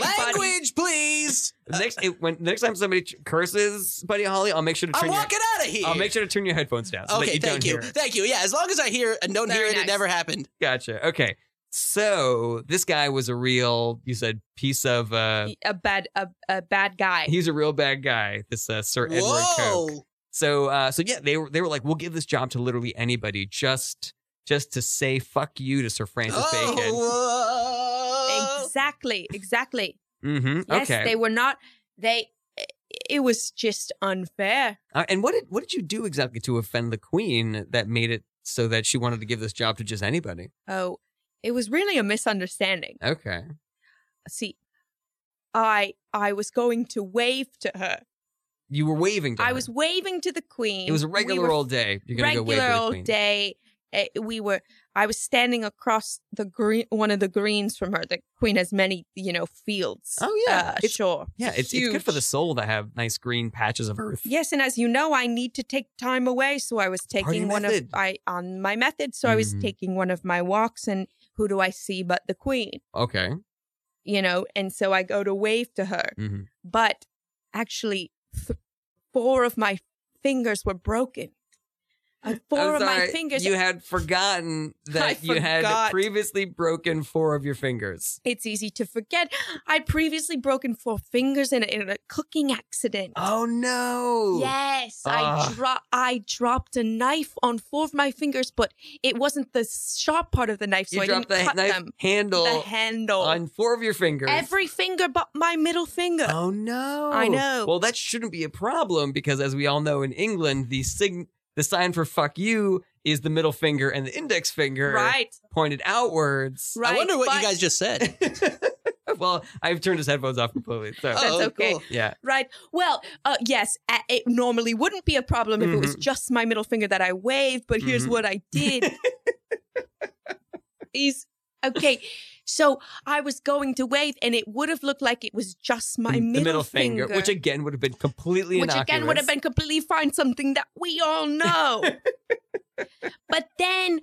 S7: buddy.
S6: Language, please.
S5: the next it, when the next time somebody ch- curses Buddy Holly, I'll make sure to
S6: I'm
S5: turn your
S6: walking out of here.
S5: I'll make sure to turn your headphones down. So that
S6: Okay,
S5: you
S6: thank
S5: don't
S6: you,
S5: Hear it.
S6: thank you. Yeah, as long as I hear and don't
S7: Very
S6: hear it,
S7: nice.
S6: it never happened.
S5: Gotcha. Okay. So this guy was a real, you said, piece of. uh
S7: A bad a, a bad guy.
S5: He's a real bad guy. This uh, Sir Edward Coke.
S6: Whoa.
S5: So uh, so yeah, they were they were like, we'll give this job to literally anybody just just to say fuck you to Sir Francis
S6: Oh, whoa.
S7: exactly, exactly.
S5: Bacon. Mm-hmm.
S7: Yes,
S5: okay.
S7: they were not. They. It was just unfair.
S5: Uh, and what did what did you do exactly to offend the Queen that made it so that she wanted to give this job to just anybody?
S7: Oh, it was really a misunderstanding.
S5: Okay.
S7: See, I I was going to wave to her.
S5: You were waving. To
S7: I
S5: her.
S7: was waving to the queen.
S5: It was a
S7: We
S5: regular
S7: were
S5: old day. You're gonna
S7: regular
S5: go wave to the
S7: old
S5: Queen.
S7: day. Eh, we were I was standing across the green, one of the greens from her. The queen has many, you know, fields.
S5: Oh, yeah.
S7: uh,
S5: It's-
S7: sure.
S5: Yeah, it's, it's good for the soul to have nice green patches of earth.
S7: Yes, and as you know, I need to take time away, so I was
S5: part of your
S7: taking one
S5: method.
S7: of I on my method. So I was
S5: Mhm.
S7: taking one of my walks, and who do I see but the queen?
S5: Okay.
S7: You know, and so I go to wave to her,
S5: Mhm.
S7: but actually, th- four of my fingers were broken. Uh, four
S5: I'm
S7: of my
S5: sorry,
S7: fingers.
S5: You had forgotten that
S7: I
S5: you had
S7: forgot.
S5: previously broken four of your fingers.
S7: it's easy to forget. I'd previously broken four fingers in a, in a cooking accident.
S5: Oh no.
S7: Yes,
S5: Ah.
S7: I dro- I dropped a knife on four of my fingers, but it wasn't the sharp part of the knife, so
S5: You
S7: I
S5: dropped
S7: didn't
S5: the
S7: cut
S5: knife
S7: them.
S5: handle
S7: The handle,
S5: on four of your fingers.
S7: every finger but my middle finger.
S5: Oh no.
S7: I know.
S5: Well, that shouldn't be a problem because as we all know in England, the sign the sign for fuck you is the middle finger and the index finger
S7: right,
S5: pointed outwards.
S7: right.
S6: I wonder what
S7: but,
S6: you guys just said.
S5: well, I've turned his headphones off completely. So
S7: That's
S6: oh,
S7: okay.
S6: cool.
S5: yeah.
S7: Right. Well, uh, yes, uh, it normally wouldn't be a problem if it
S5: Mm-hmm.
S7: was just my middle finger that I waved, but here's
S5: Mhm.
S7: what I did. Is okay. So I was going to wave, and it would have looked like it was just my
S5: the
S7: middle,
S5: middle finger, which again would have been completely
S7: which
S5: innocuous.
S7: again would have been completely fine, something that we all know. but then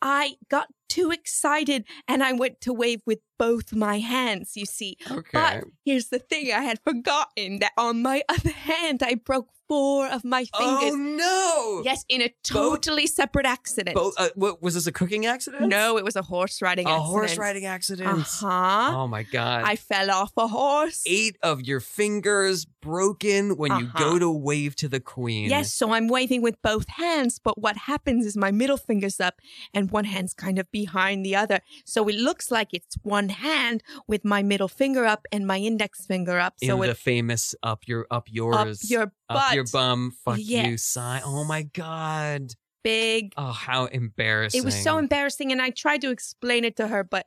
S7: I got too excited and I went to wave with both my hands, you see.
S5: okay.
S7: But here's the thing I had forgotten that on my other hand, I broke four of my
S5: oh
S7: fingers.
S5: no!
S7: Yes, in a
S5: Oh. Both-
S7: totally separate accident.
S5: Bo- uh, what, was this a cooking accident?
S7: no, it was a horse riding
S5: a
S7: accident.
S5: horse riding accident.
S7: Uh huh.
S5: Oh my god!
S7: I fell off a horse.
S5: Eight of your fingers broken when you
S7: Uh-huh.
S5: go to wave to the queen.
S7: Yes, so I'm waving with both hands, but what happens is my middle finger's up and one hand's kind of behind the other. So it looks like it's one hand with my middle finger up and my index finger up.
S5: In
S7: So
S5: the
S7: it's
S5: famous up your up
S7: up
S5: yours
S7: your
S5: up
S7: butt.
S5: your bum fuck you
S7: Yes.
S5: sign. Oh my god!
S7: Big.
S5: Oh how embarrassing!
S7: It was so embarrassing, and I tried to explain it to her, but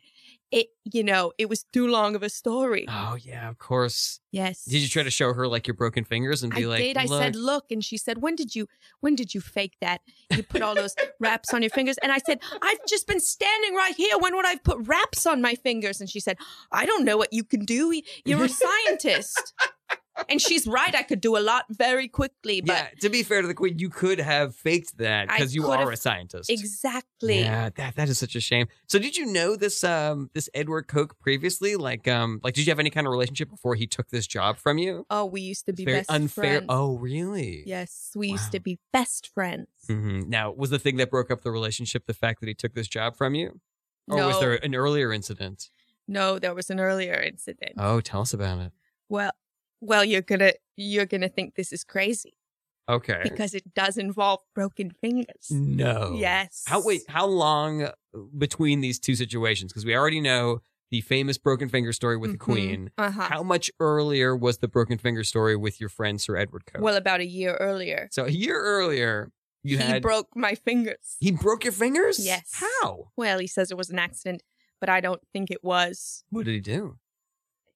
S7: it, you know, it was too long of a story.
S5: Oh yeah, of course.
S7: Yes.
S5: Did you try to show her like your broken fingers and
S7: I
S5: be like?
S7: did. I
S5: Look,
S7: said, "Look," and she said, "When did you? When did you fake that? You put all those wraps on your fingers." And I said, "I've just been standing right here. When would I put wraps on my fingers?" And she said, "I don't know what you can do. You're a scientist." and she's right. I could do a lot very quickly, but
S5: yeah, to be fair to the queen, you could have faked that
S7: I
S5: because you
S7: could
S5: are
S7: have-
S5: a scientist.
S7: exactly.
S5: Yeah, that, that is such a shame. So did you know this um this Edward Koch previously? Like um like did you have any kind of relationship before he took this job from you?
S7: Oh, we used to be
S5: Very
S7: best
S5: unfair.
S7: friends.
S5: Oh, really?
S7: Yes, we used to
S5: Wow.
S7: be best friends.
S5: Mhm. Now, was the thing that broke up the relationship the fact that he took this job from you? Or
S7: no,
S5: was there an earlier incident?
S7: no, there was an earlier incident.
S5: Oh, tell us about it.
S7: Well, well, you're gonna you're gonna think this is crazy.
S5: Okay.
S7: because it does involve broken fingers.
S5: No.
S7: Yes.
S5: How wait, how long uh, between these two situations? Because we already know the famous broken finger story with the
S7: Mhm.
S5: queen.
S7: Uh-huh.
S5: How much earlier was the broken finger story with your friend Sir Edward Coke?
S7: well, about a year earlier,
S5: So a year earlier, you
S7: he
S5: had
S7: broke my fingers.
S5: he broke your fingers.
S7: Yes.
S5: How?
S7: well, he says it was an accident, but I don't think it was.
S5: What did he do?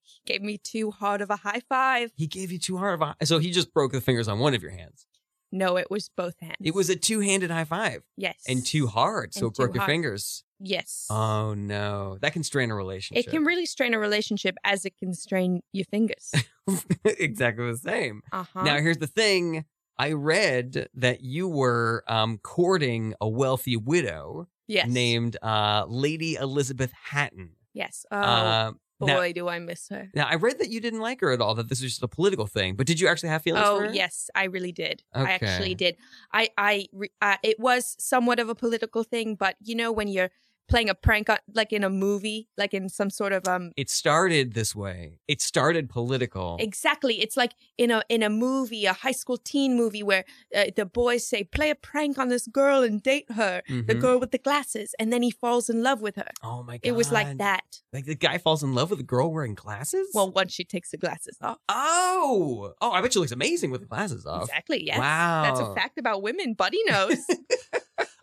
S7: He gave me too hard of a high five.
S5: He gave you too hard of a. So he just broke the fingers on one of your hands.
S7: No, it was both hands.
S5: It was a two-handed high five
S7: yes,
S5: and too hard, so
S7: And
S5: it broke
S7: too
S5: your
S7: hard.
S5: fingers.
S7: Yes,
S5: Oh no, that can strain a relationship.
S7: it can really strain a relationship as it can strain your fingers.
S5: exactly the same.
S7: Uh huh.
S5: Now here's the thing. I read that you were um, courting a wealthy widow
S7: yes.
S5: named uh, Lady Elizabeth Hatton.
S7: Yes. Oh
S5: Uh,
S7: boy,
S5: now-
S7: do I miss her.
S5: Now, I read that you didn't like her at all, that this was just a political thing, but did you actually have feelings
S7: Oh
S5: for her?
S7: yes, I really did. I
S5: Okay.
S7: actually did. I I re- uh, it was somewhat of a political thing, but you know when you're playing a prank on, like in a movie, like in some sort of um
S5: It started this way. It started political.
S7: exactly, it's like in a in a movie, a high school teen movie where uh, the boys say play a prank on this girl and date her, the
S5: Mhm.
S7: girl with the glasses, and then he falls in love with her.
S5: Oh my god.
S7: It was like that.
S5: Like the guy falls in love with a girl wearing glasses?
S7: Well, once she takes the glasses off.
S5: Oh. Oh, I bet she looks amazing with the glasses off.
S7: Exactly. Yes. That's
S5: Wow.
S7: a fact about women. Buddy knows.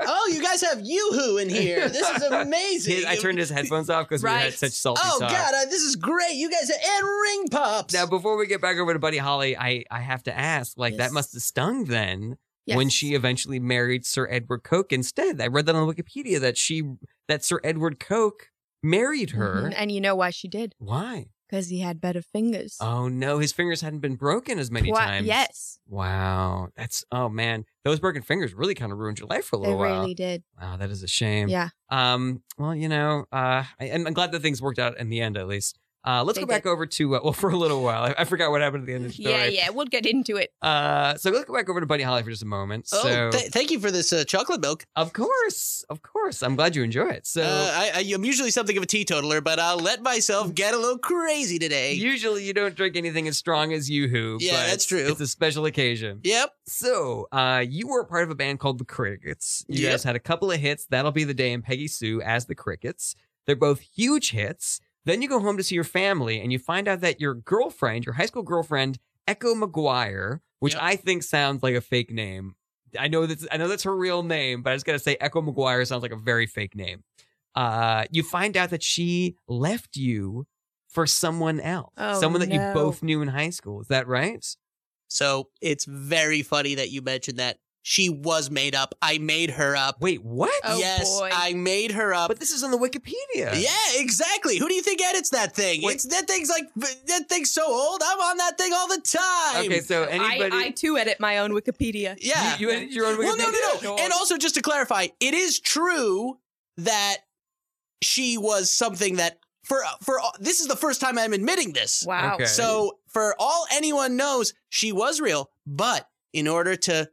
S6: Oh, you guys have YooHoo in here. This is amazing.
S5: His- I turned his headphones off because we had
S7: Right.
S5: such salty
S6: Oh
S5: talk.
S6: god, uh, this is great. You guys and ring pops.
S5: Now before we get back over to Buddy Holly, I, I have to ask, like that
S6: Yes.
S5: must have stung then
S7: Yes.
S5: when she eventually married Sir Edward Coke instead. I read that on Wikipedia that she that Sir Edward Coke married her.
S7: Mhm, And you know why she did?
S5: Why?
S7: Because he had better fingers.
S5: Oh no, his fingers hadn't been broken as many
S7: Why-
S5: times.
S7: Yes,
S5: Wow. That's oh man. Those broken fingers really kind of ruined your life for a
S7: they
S5: little while.
S7: really did.
S5: Wow, that is a shame.
S7: Yeah.
S5: Um, well, you know, uh, I, and I'm glad that things worked out in the end, at least. Uh, let's
S7: They
S5: go back
S7: did.
S5: over to, uh, well, for a little while. I, I forgot what happened at the end of the story.
S7: Yeah, yeah. We'll get into it.
S5: Uh, so let's go back over to Buddy Holly for just a moment.
S6: Oh,
S5: so,
S6: th- thank you for this uh, chocolate milk.
S5: of course, of course. I'm glad you enjoy it. So,
S7: Oh,
S6: uh, I, I, I'm usually something of a teetotaler, but I'll let myself get a little crazy today.
S5: usually you don't drink anything as strong as Yoo-Hoo.
S6: Yeah,
S5: but
S6: that's true.
S5: It's a special occasion.
S6: yep.
S5: So, uh, you were part of a band called The Crickets. You
S6: Yep.
S5: guys had a couple of hits. That'll be the day and Peggy Sue as The Crickets. They're both huge hits. Then you go home to see your family and you find out that your girlfriend, your high school girlfriend, Echo McGuire, which
S6: Yep.
S5: I think sounds like a fake name. I know that's I know that's her real name, but I just gotta say Echo McGuire sounds like a very fake name. Uh, you find out that she left you for someone else,
S7: Oh,
S5: someone that you
S7: no.
S5: both knew in high school. Is that right?
S6: So it's very funny that you mentioned that she was made up. I made her up.
S5: Wait, what?
S7: Oh,
S6: yes,
S7: boy.
S6: I made her up.
S5: But this is on the Wikipedia.
S6: Uh, yeah, exactly. Who do you think edits that thing?
S5: Wait.
S6: It's that thing's like that thing's so old. I'm on that thing all the time.
S5: Okay, so anybody.
S7: I, I too edit my own Wikipedia.
S6: yeah.
S5: you, you edited your own Wikipedia.
S6: well, no, no, no.
S7: Go
S6: And
S7: on.
S6: also, just to clarify, it is true that she was something that for for this is the first time I'm admitting this.
S7: Wow.
S5: Okay.
S6: So for all anyone knows, she was real, but in order to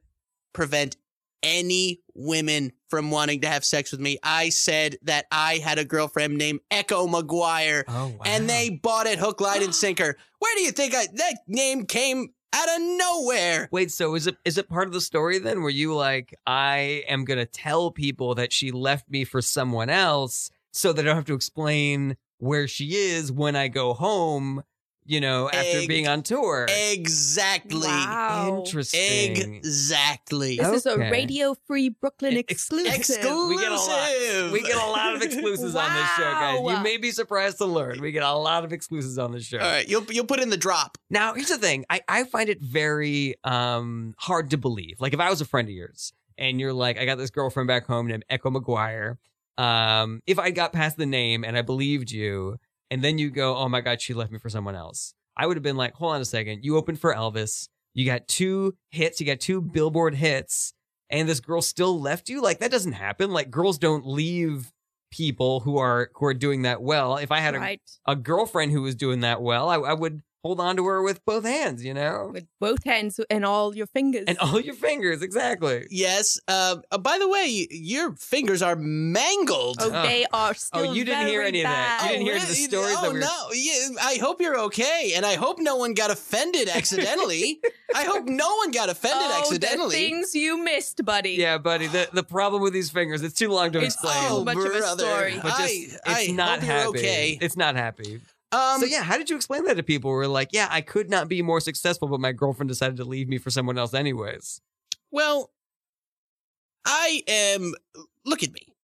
S6: prevent any women from wanting to have sex with me, I said that I had a girlfriend named Echo McGuire
S5: Oh, wow.
S6: and they bought it hook, line, and sinker. Where do you think I that name came out of nowhere?
S5: Wait, so is it is it part of the story then? Were you like, I am gonna tell people that she left me for someone else, so they don't have to explain where she is when I go home? You know, after
S6: Egg-
S5: being on tour.
S6: Exactly.
S7: Wow.
S5: Interesting.
S6: Exactly.
S7: This is a
S5: Okay.
S7: radio-free Brooklyn
S5: E-
S7: exclusive.
S6: Exclusive.
S5: We get a lot. We get a lot of exclusives on this show, guys.
S7: Wow.
S5: You may be surprised to learn we get a lot of exclusives on this show.
S6: All right, you'll you'll put in the drop.
S5: Now, here's the thing. I, I find it very um, hard to believe. Like, if I was a friend of yours and you're like, I got this girlfriend back home named Echo McGuire. Um, if I got past the name and I believed you, and then you go, oh my God, she left me for someone else, I would have been like, hold on a second. You opened for Elvis. You got two hits. You got two billboard hits. And this girl still left you? Like, that doesn't happen. Like, girls don't leave people who are who are doing that well. If I had a
S7: right
S5: a girlfriend who was doing that well, I, I would hold on to her with both hands, you know,
S7: with both hands and all your fingers.
S5: and oh, all your fingers, exactly.
S6: Yes.
S5: um,
S6: Uh, uh, by the way, your fingers are mangled.
S7: oh,
S5: Oh.
S7: they are still.
S5: you didn't hear
S7: very
S5: any of that. You
S7: bad.
S5: didn't hear the stories
S6: Oh,
S5: that we were-
S6: no. Yeah, I hope you're okay, and I hope no one got offended accidentally. I hope no one got offended
S7: Oh,
S6: accidentally.
S7: The things you missed, buddy.
S5: Yeah, buddy. The the problem with these fingers, it's too long to
S7: It's
S5: explain.
S7: too much of a
S6: brother.
S7: story.
S5: Oh, But just,
S6: I,
S5: it's
S6: I
S5: not
S6: hope
S5: happy.
S6: you're okay.
S5: It's not happy.
S6: Um,
S5: so yeah, how did you explain that to people? We're like, yeah, I could not be more successful, but my girlfriend decided to leave me for someone else, anyways.
S6: Well, I am. Look at me.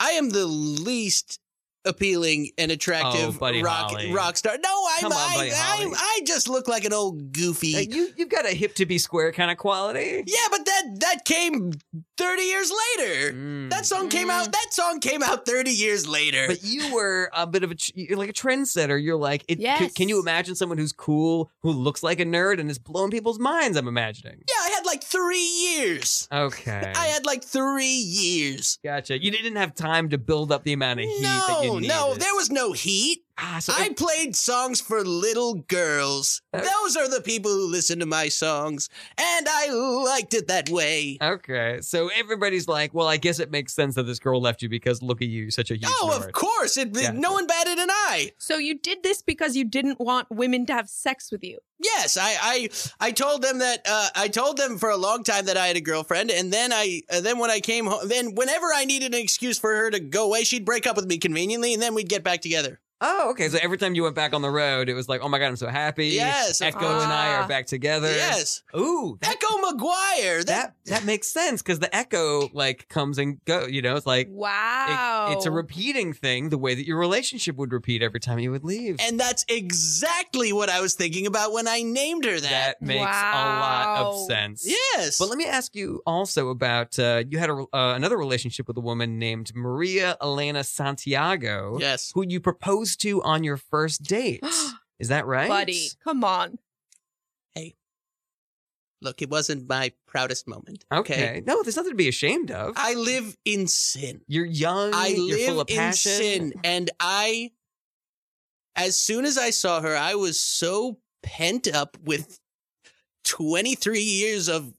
S6: I am the least appealing and attractive
S5: Oh, Buddy
S6: rock
S5: Holly.
S6: rock star. No, I'm.
S5: Come on,
S6: I,
S5: Buddy
S6: I,
S5: Holly.
S6: I just look like an old goofy.
S5: Like, you you've got a hip to be square kind of quality.
S6: yeah, but that that came thirty years later.
S5: Mm.
S6: That song came out. That song came out thirty years later.
S5: But you were a bit of a tr- you're like a trendsetter. You're like, it,
S7: Yes.
S5: can, can you imagine someone who's cool, who looks like a nerd, and is blowing people's minds? I'm imagining.
S6: yeah, I had like three years.
S5: Okay,
S6: I uh, had like three years.
S5: gotcha. You didn't have time to build up the amount of heat that you
S6: No,
S5: needed.
S6: no, there was no heat.
S5: Ah, so
S6: I played songs for little girls.
S5: Uh,
S6: Those are the people who listen to my songs, and I liked it that way.
S5: okay, so everybody's like, well, I guess it makes sense that this girl left you because look at you, you're such a huge.
S6: Oh,
S5: nerd.
S6: of course! It,
S5: Yeah.
S6: No one batted an eye.
S7: So you did this because you didn't want women to have sex with you.
S6: Yes, I, I, I told them that uh, I told them for a long time that I had a girlfriend, and then I, uh, then when I came home, then whenever I needed an excuse for her to go away, she'd break up with me conveniently, and then we'd get back together.
S5: Oh, okay. So every time you went back on the road, it was like, oh my god, I'm so happy.
S6: Yes, of
S5: Echo and I
S7: Ah.
S5: are back together.
S6: Yes,
S5: Ooh, that
S6: Echo McGuire. That,
S5: that that makes sense because the echo like comes and go. You know, it's like
S7: Wow.
S5: it, it's a repeating thing, the way that your relationship would repeat every time you would leave.
S6: and that's exactly what I was thinking about when I named her that.
S5: that makes a lot
S7: Wow.
S5: of sense.
S6: yes.
S5: But let me ask you also about uh, you had a, uh, another relationship with a woman named Maria Elena Santiago,
S6: yes.
S5: who you proposed to on your first date. Is that right,
S7: buddy. Come on.
S6: Look, it wasn't my proudest moment.
S5: Okay. No, there's nothing to be ashamed of.
S6: I live in sin.
S5: you're young.
S6: I
S5: you're
S6: live
S5: full of
S6: in
S5: passion.
S6: sin, and I, as soon as I saw her, I was so pent up with twenty three years of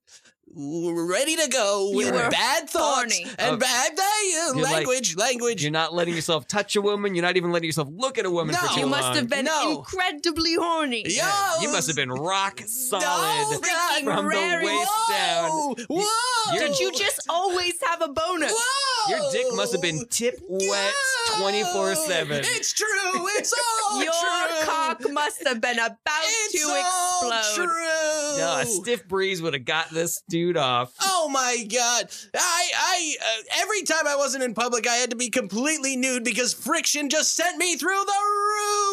S6: ready to go with
S7: You were
S6: bad thoughts
S7: horny.
S6: and
S5: Oh.
S6: bad uh,
S5: You're like-
S6: language, language.
S5: You're not letting yourself touch a woman. You're not even letting yourself look at a woman
S6: No.
S5: for too
S7: You must
S5: long.
S7: have been
S6: No.
S7: incredibly horny.
S6: Yeah.
S5: Yeah, you must have been rock solid
S7: God.
S5: from
S7: Rare.
S5: the waist down.
S6: Whoa! Whoa!
S5: Your-
S7: Did you just always have a bonus?
S6: Whoa!
S5: Your dick must have
S6: Oh,
S5: been tip wet 24 7.
S6: It's true. It's all
S7: Your
S6: true.
S7: cock must have been about
S6: it's
S7: to
S6: all
S7: explode.
S6: True.
S5: A stiff breeze would have got this dude off.
S6: Oh my god! I I uh, every time I wasn't in public, I had to be completely nude because friction just sent me through the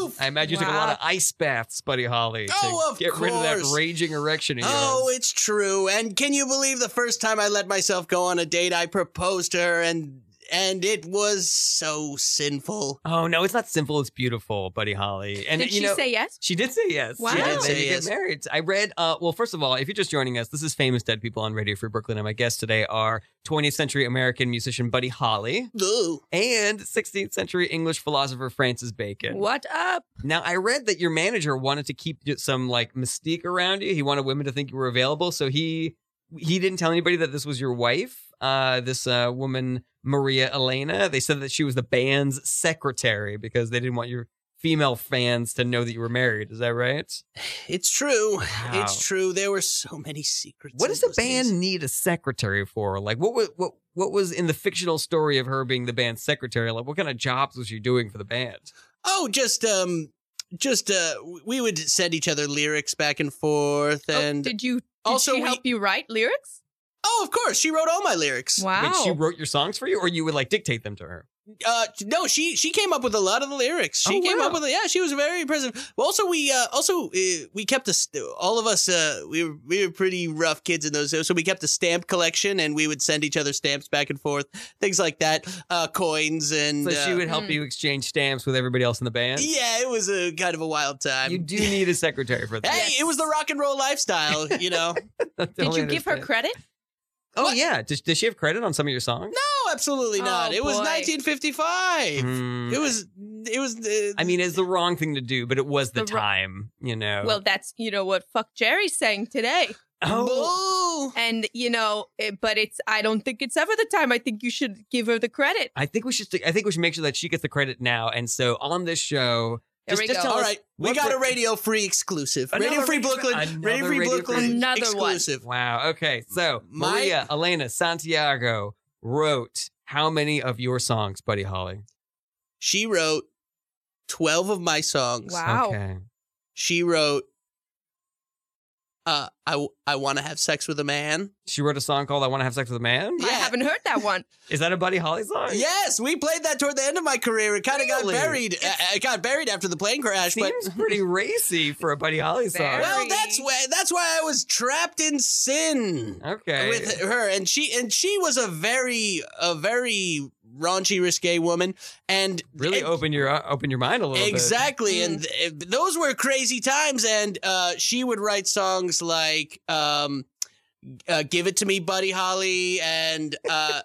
S6: roof.
S5: I imagine you took a lot of ice baths, Buddy Holly,
S6: Oh,
S5: to
S6: of
S5: get rid of that
S6: course.
S5: raging erection of yours.
S6: Oh, it's true. And can you believe the first time I let myself go on a date, I proposed to her, and and it was so sinful.
S5: Oh, no, it's not simple. It's beautiful, Buddy Holly. And
S7: Did
S5: you
S7: she
S5: know,
S7: say yes?
S5: She did say yes.
S7: Wow.
S5: She
S7: She
S5: did
S7: did
S5: say
S6: say
S5: you get
S6: yes.
S5: married. I read, uh, well, first of all, if you're just joining us, this is Famous Dead People on Radio Free Brooklyn. And my guests today are 20th century American musician Buddy Holly
S6: Ugh.
S5: and 16th century English philosopher Francis Bacon.
S7: What up?
S5: Now, I read that your manager wanted to keep some like mystique around you. He wanted women to think you were available. So he he didn't tell anybody that this was your wife, uh, this uh, woman, Maria Elena. They said that she was the band's secretary because they didn't want your female fans to know that you were married. Is that right?
S6: It's true.
S5: Wow.
S6: It's true. There were so many secrets.
S5: What
S6: in
S5: does the
S6: those
S5: band
S6: days.
S5: need a secretary for? Like, what was what what was in the fictional story of her being the band's secretary? Like, what kind of jobs was she doing for the band?
S6: Oh, just um, just uh, we would send each other lyrics back and forth,
S5: Oh,
S6: and
S7: Oh, did you? Did
S6: also
S7: she
S6: we-
S7: help you write lyrics?
S6: oh, of course, she wrote all my lyrics.
S7: Wow.
S5: Wait, she wrote your songs for you, or you would like dictate them to her?
S6: Uh, no, she she came up with a lot of the lyrics. She
S5: Oh,
S6: came
S5: wow.
S6: up with yeah. She was very impressive. Well, Also, we uh, also uh, we kept this. All of us uh, we were we were pretty rough kids in those days, so we kept a stamp collection, and we would send each other stamps back and forth, things like that, uh, coins, and
S5: So she
S6: uh,
S5: would help
S7: Mm.
S5: you exchange stamps with everybody else in the band.
S6: yeah, it was a kind of a wild time.
S5: You do need a secretary for
S6: Hey,
S5: that.
S6: it was the rock and roll lifestyle, you know.
S5: That's the
S7: Did
S5: only
S7: you give her
S5: understand-
S7: credit?
S5: Oh
S6: What?
S5: yeah, does, does she have credit on some of your songs?
S6: No, absolutely not.
S7: Oh,
S6: it was
S7: boy.
S6: 1955.
S5: Hmm.
S6: It was. It was. Uh,
S5: I mean, it's the wrong thing to do, but it was the,
S7: The ro-
S5: time, you know.
S7: Well, that's you know what fuck Jerry's saying today,
S5: oh,
S6: boo.
S7: and you know, it, but it's I don't think it's ever the time. I think you should give her the credit.
S5: I think we should. I think we should make sure that she gets the credit now. And so on this show,
S7: Here
S5: just,
S7: we
S5: just
S7: go.
S5: tell
S6: All
S5: us
S6: right, we
S5: what
S6: got a
S5: bra-
S6: radio free exclusive.
S5: Another
S6: radio free
S5: Radio Free-
S6: Brooklyn.
S5: another
S6: Radio free
S5: Radio Free
S6: Brooklyn.
S7: Another one.
S6: exclusive.
S5: Wow. Okay. So
S6: My-
S5: Maria Elena Santiago wrote how many of your songs, Buddy Holly?
S6: She wrote 12 of my songs.
S7: Wow.
S5: Okay.
S6: She wrote. Uh, I want to have sex with a man.
S5: She wrote a song called "I Want to Have Sex with a Man."
S7: I
S6: Yeah.
S7: haven't heard that one.
S5: Is that a Buddy Holly song?
S6: Yes, we played that toward the end of my career. It kind of
S5: Really?
S6: got buried. I, I got buried after the plane crash, but
S5: Seems pretty racy for a Buddy Holly song.
S7: Very.
S6: well, that's why that's why I was trapped in sin.
S5: okay.
S6: with her and she and she was a very a very raunchy risque woman and
S5: really
S6: and-
S5: open your open your mind a little
S6: exactly and th- those were crazy times and uh she would write songs like um uh, give it to me buddy holly and uh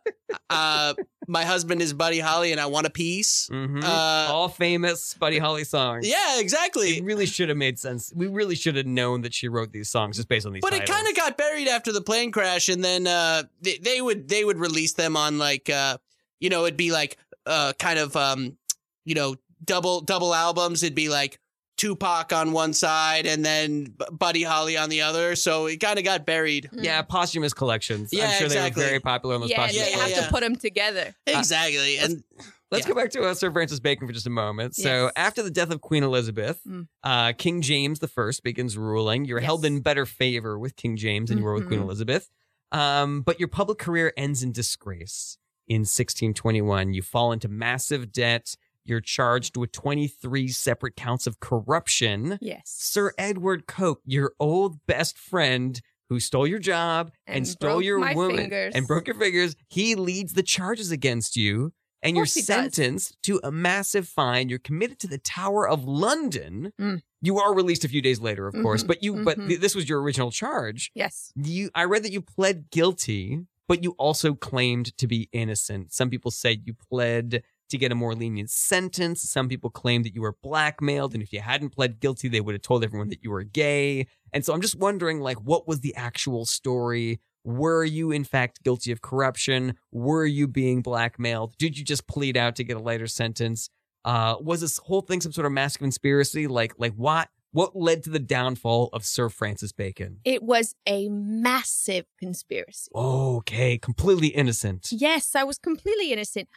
S6: uh my husband is buddy holly and i want a piece
S5: bit. hmm
S6: uh
S5: All famous Buddy Holly songs.
S6: yeah
S5: It
S6: exactly
S5: really should have made sense. We really should have known that she wrote these songs just based on these.
S6: but it kind of got buried after the plane crash and then uh they, they would they would release them on like uh you know it'd be like uh kind of um you know double double albums it'd be like Tupac on one side and then B- Buddy Holly on the other so it kind of got buried
S5: yeah posthumous collections. I'm
S6: Yeah,
S5: sure they
S6: exactly.
S5: were very popular on those
S7: yeah,
S5: posthumous.
S7: they
S6: yeah,
S7: have
S5: collections.
S6: yeah.
S7: to put them together.
S6: exactly and
S5: Let's go back to uh, Sir Francis Bacon for just a moment. So,
S7: Yes.
S5: after the death of Queen Elizabeth,
S7: Mm.
S5: uh, King James the First begins ruling. You're held
S7: Yes.
S5: in better favor with King James than you were with Queen
S7: Mhm.
S5: Elizabeth. Um, but your public career ends in disgrace in 1621. You fall into massive debt. You're charged with 23 separate counts of corruption.
S7: Yes.
S5: Sir Edward Coke, your old best friend who stole your job and,
S7: And
S5: stole
S7: broke
S5: your
S7: my
S5: woman
S7: fingers.
S5: and broke your fingers, he leads the charges against you and you're
S7: course he does.
S5: sentenced to a massive fine. You're committed to the Tower of London.
S7: Mm.
S5: You are released a few days later, of course,
S7: Mhm,
S5: but you but
S7: mhm.
S5: th- this was your original charge.
S7: Yes.
S5: You I read that you pled guilty, but you also claimed to be innocent. Some people said you pled to get a more lenient sentence. Some people claimed that you were blackmailed, and if you hadn't pled guilty, they would have told everyone that you were gay. And so I'm just wondering, like, what was the actual story? Were you in fact guilty of corruption? Were you being blackmailed? Did you just plead out to get a lighter sentence? Uh, was this whole thing some sort of mass conspiracy? Like, like what? What led to the downfall of Sir Francis Bacon?
S7: It was a massive conspiracy.
S5: Okay, completely innocent.
S7: Yes, I was completely innocent.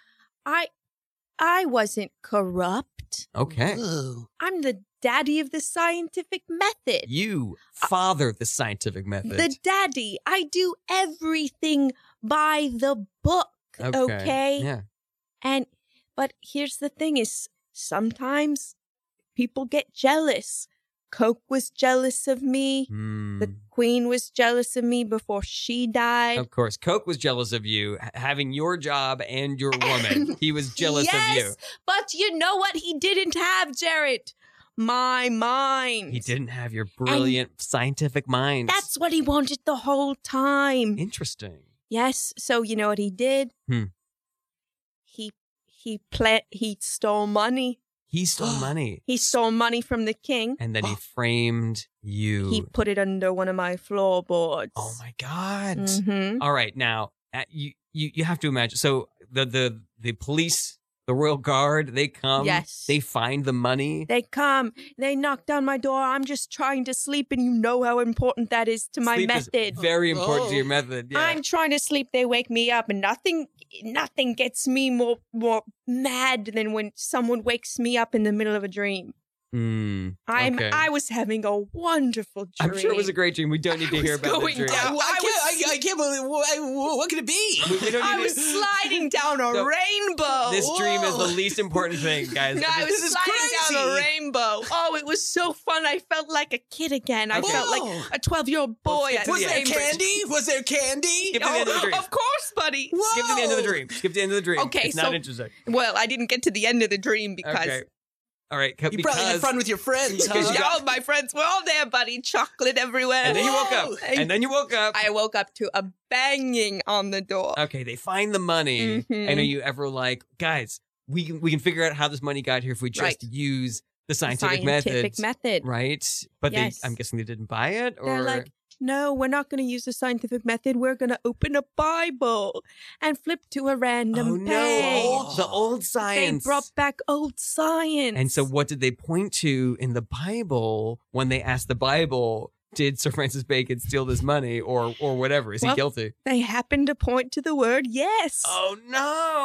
S7: I I wasn't corrupt.
S5: Okay.
S6: Ooh.
S7: I'm the daddy of the scientific method.
S5: You father the scientific method.
S7: The daddy. I do everything by the book. Okay.
S5: Yeah.
S7: And but here's the thing is sometimes people get jealous. Coke was jealous of me.
S5: Hmm.
S7: The queen was jealous of me before she died.
S5: Of course, Coke was jealous of you h- having your job and your woman. he was jealous
S7: yes,
S5: of
S7: But you know what he didn't have, Jared? My
S5: you.
S7: mind.
S5: He didn't have your brilliant scientific mind.
S7: That's what he wanted the whole time.
S5: interesting.
S7: Yes. So you know what he did?
S5: Hmm.
S7: He he pla- he stole money.
S5: He stole money
S7: He stole money from the king.
S5: and then he framed you.
S7: He put it under one of my floorboards.
S5: oh my god.
S7: Mhm.
S5: All right, now at, you, you you have to imagine. So the the the police, the royal guard, they come.
S7: Yes.
S5: They find the money.
S7: They come. They knock down my door. I'm just trying to sleep, and you know how important that is to my
S5: Sleep is
S7: method.
S5: very important to your
S6: Oh.
S5: method. Yeah.
S7: I'm trying to sleep. They wake me up, and nothing, nothing gets me more more mad than when someone wakes me up in the middle of a dream.
S5: Hmm.
S7: I'm.
S5: Okay.
S7: I was having a wonderful dream.
S5: I'm sure it was a great dream. We don't need to hear
S7: was
S5: about the
S7: going
S5: dream.
S7: down-
S6: I, I can't, I, I can't believe. What, I- what could it be?
S5: We- we don't
S7: I
S5: need
S7: was
S5: to-
S7: sliding down a
S5: No.
S7: rainbow.
S5: This dream is the
S6: Whoa.
S5: least important thing, guys.
S7: no, I was
S6: This is
S7: sliding down a
S6: crazy.
S7: rainbow. Oh, it was so fun. I felt like a kid again. I
S5: Okay.
S7: felt like
S6: Whoa.
S7: a 12 year old boy.
S5: Let's
S7: at
S5: get
S6: Was
S5: Yeah.
S6: there
S7: Cambridge.
S6: candy? Was there candy?
S5: Skip to the end of the dream.
S7: Oh, Of course, buddy.
S6: Whoa.
S5: Skip to the end of the dream. Skip to the end of the dream.
S7: Okay,
S5: it's not
S7: so-
S5: interesting.
S7: Well, I didn't get to the end of the dream because
S5: Okay. All right. co-
S6: You
S5: because,
S6: probably had fun with your friends, huh?
S5: Because you got-
S7: all my friends were all there, buddy. Chocolate everywhere.
S5: and then you woke up.
S6: Whoa.
S5: And then you woke up.
S7: I woke up to a banging on the door.
S5: okay. They find the money.
S7: Mhm.
S5: And are you ever like, guys, we can, we can figure out how this money got here if we just
S7: Right.
S5: use the scientific, method,
S7: Scientific method.
S5: right? But
S7: Yes.
S5: they, I'm guessing they didn't buy it, or
S7: They're like, no, we're not going to use the scientific method. We're going to open a Bible and flip to a random
S5: oh no,
S7: page.
S5: old- the old
S7: They
S5: science.
S7: brought back old science.
S5: And so, what did they point to in the Bible when they asked the Bible, did Sir Francis Bacon steal this money or or whatever? Is he
S7: Well-
S5: guilty?
S7: they happened to point to the word yes.
S5: Oh no!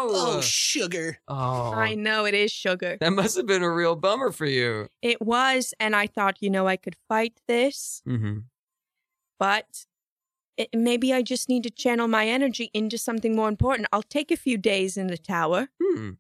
S6: Oh, sugar.
S5: Oh,
S7: I know it is sugar.
S5: that must have been a real bummer for you.
S7: It was, and I thought, you know, I could fight this,
S5: Mm-hmm.
S7: but it, maybe I just need to channel my energy into something more important. I'll take a few days in the tower,
S5: Hmm.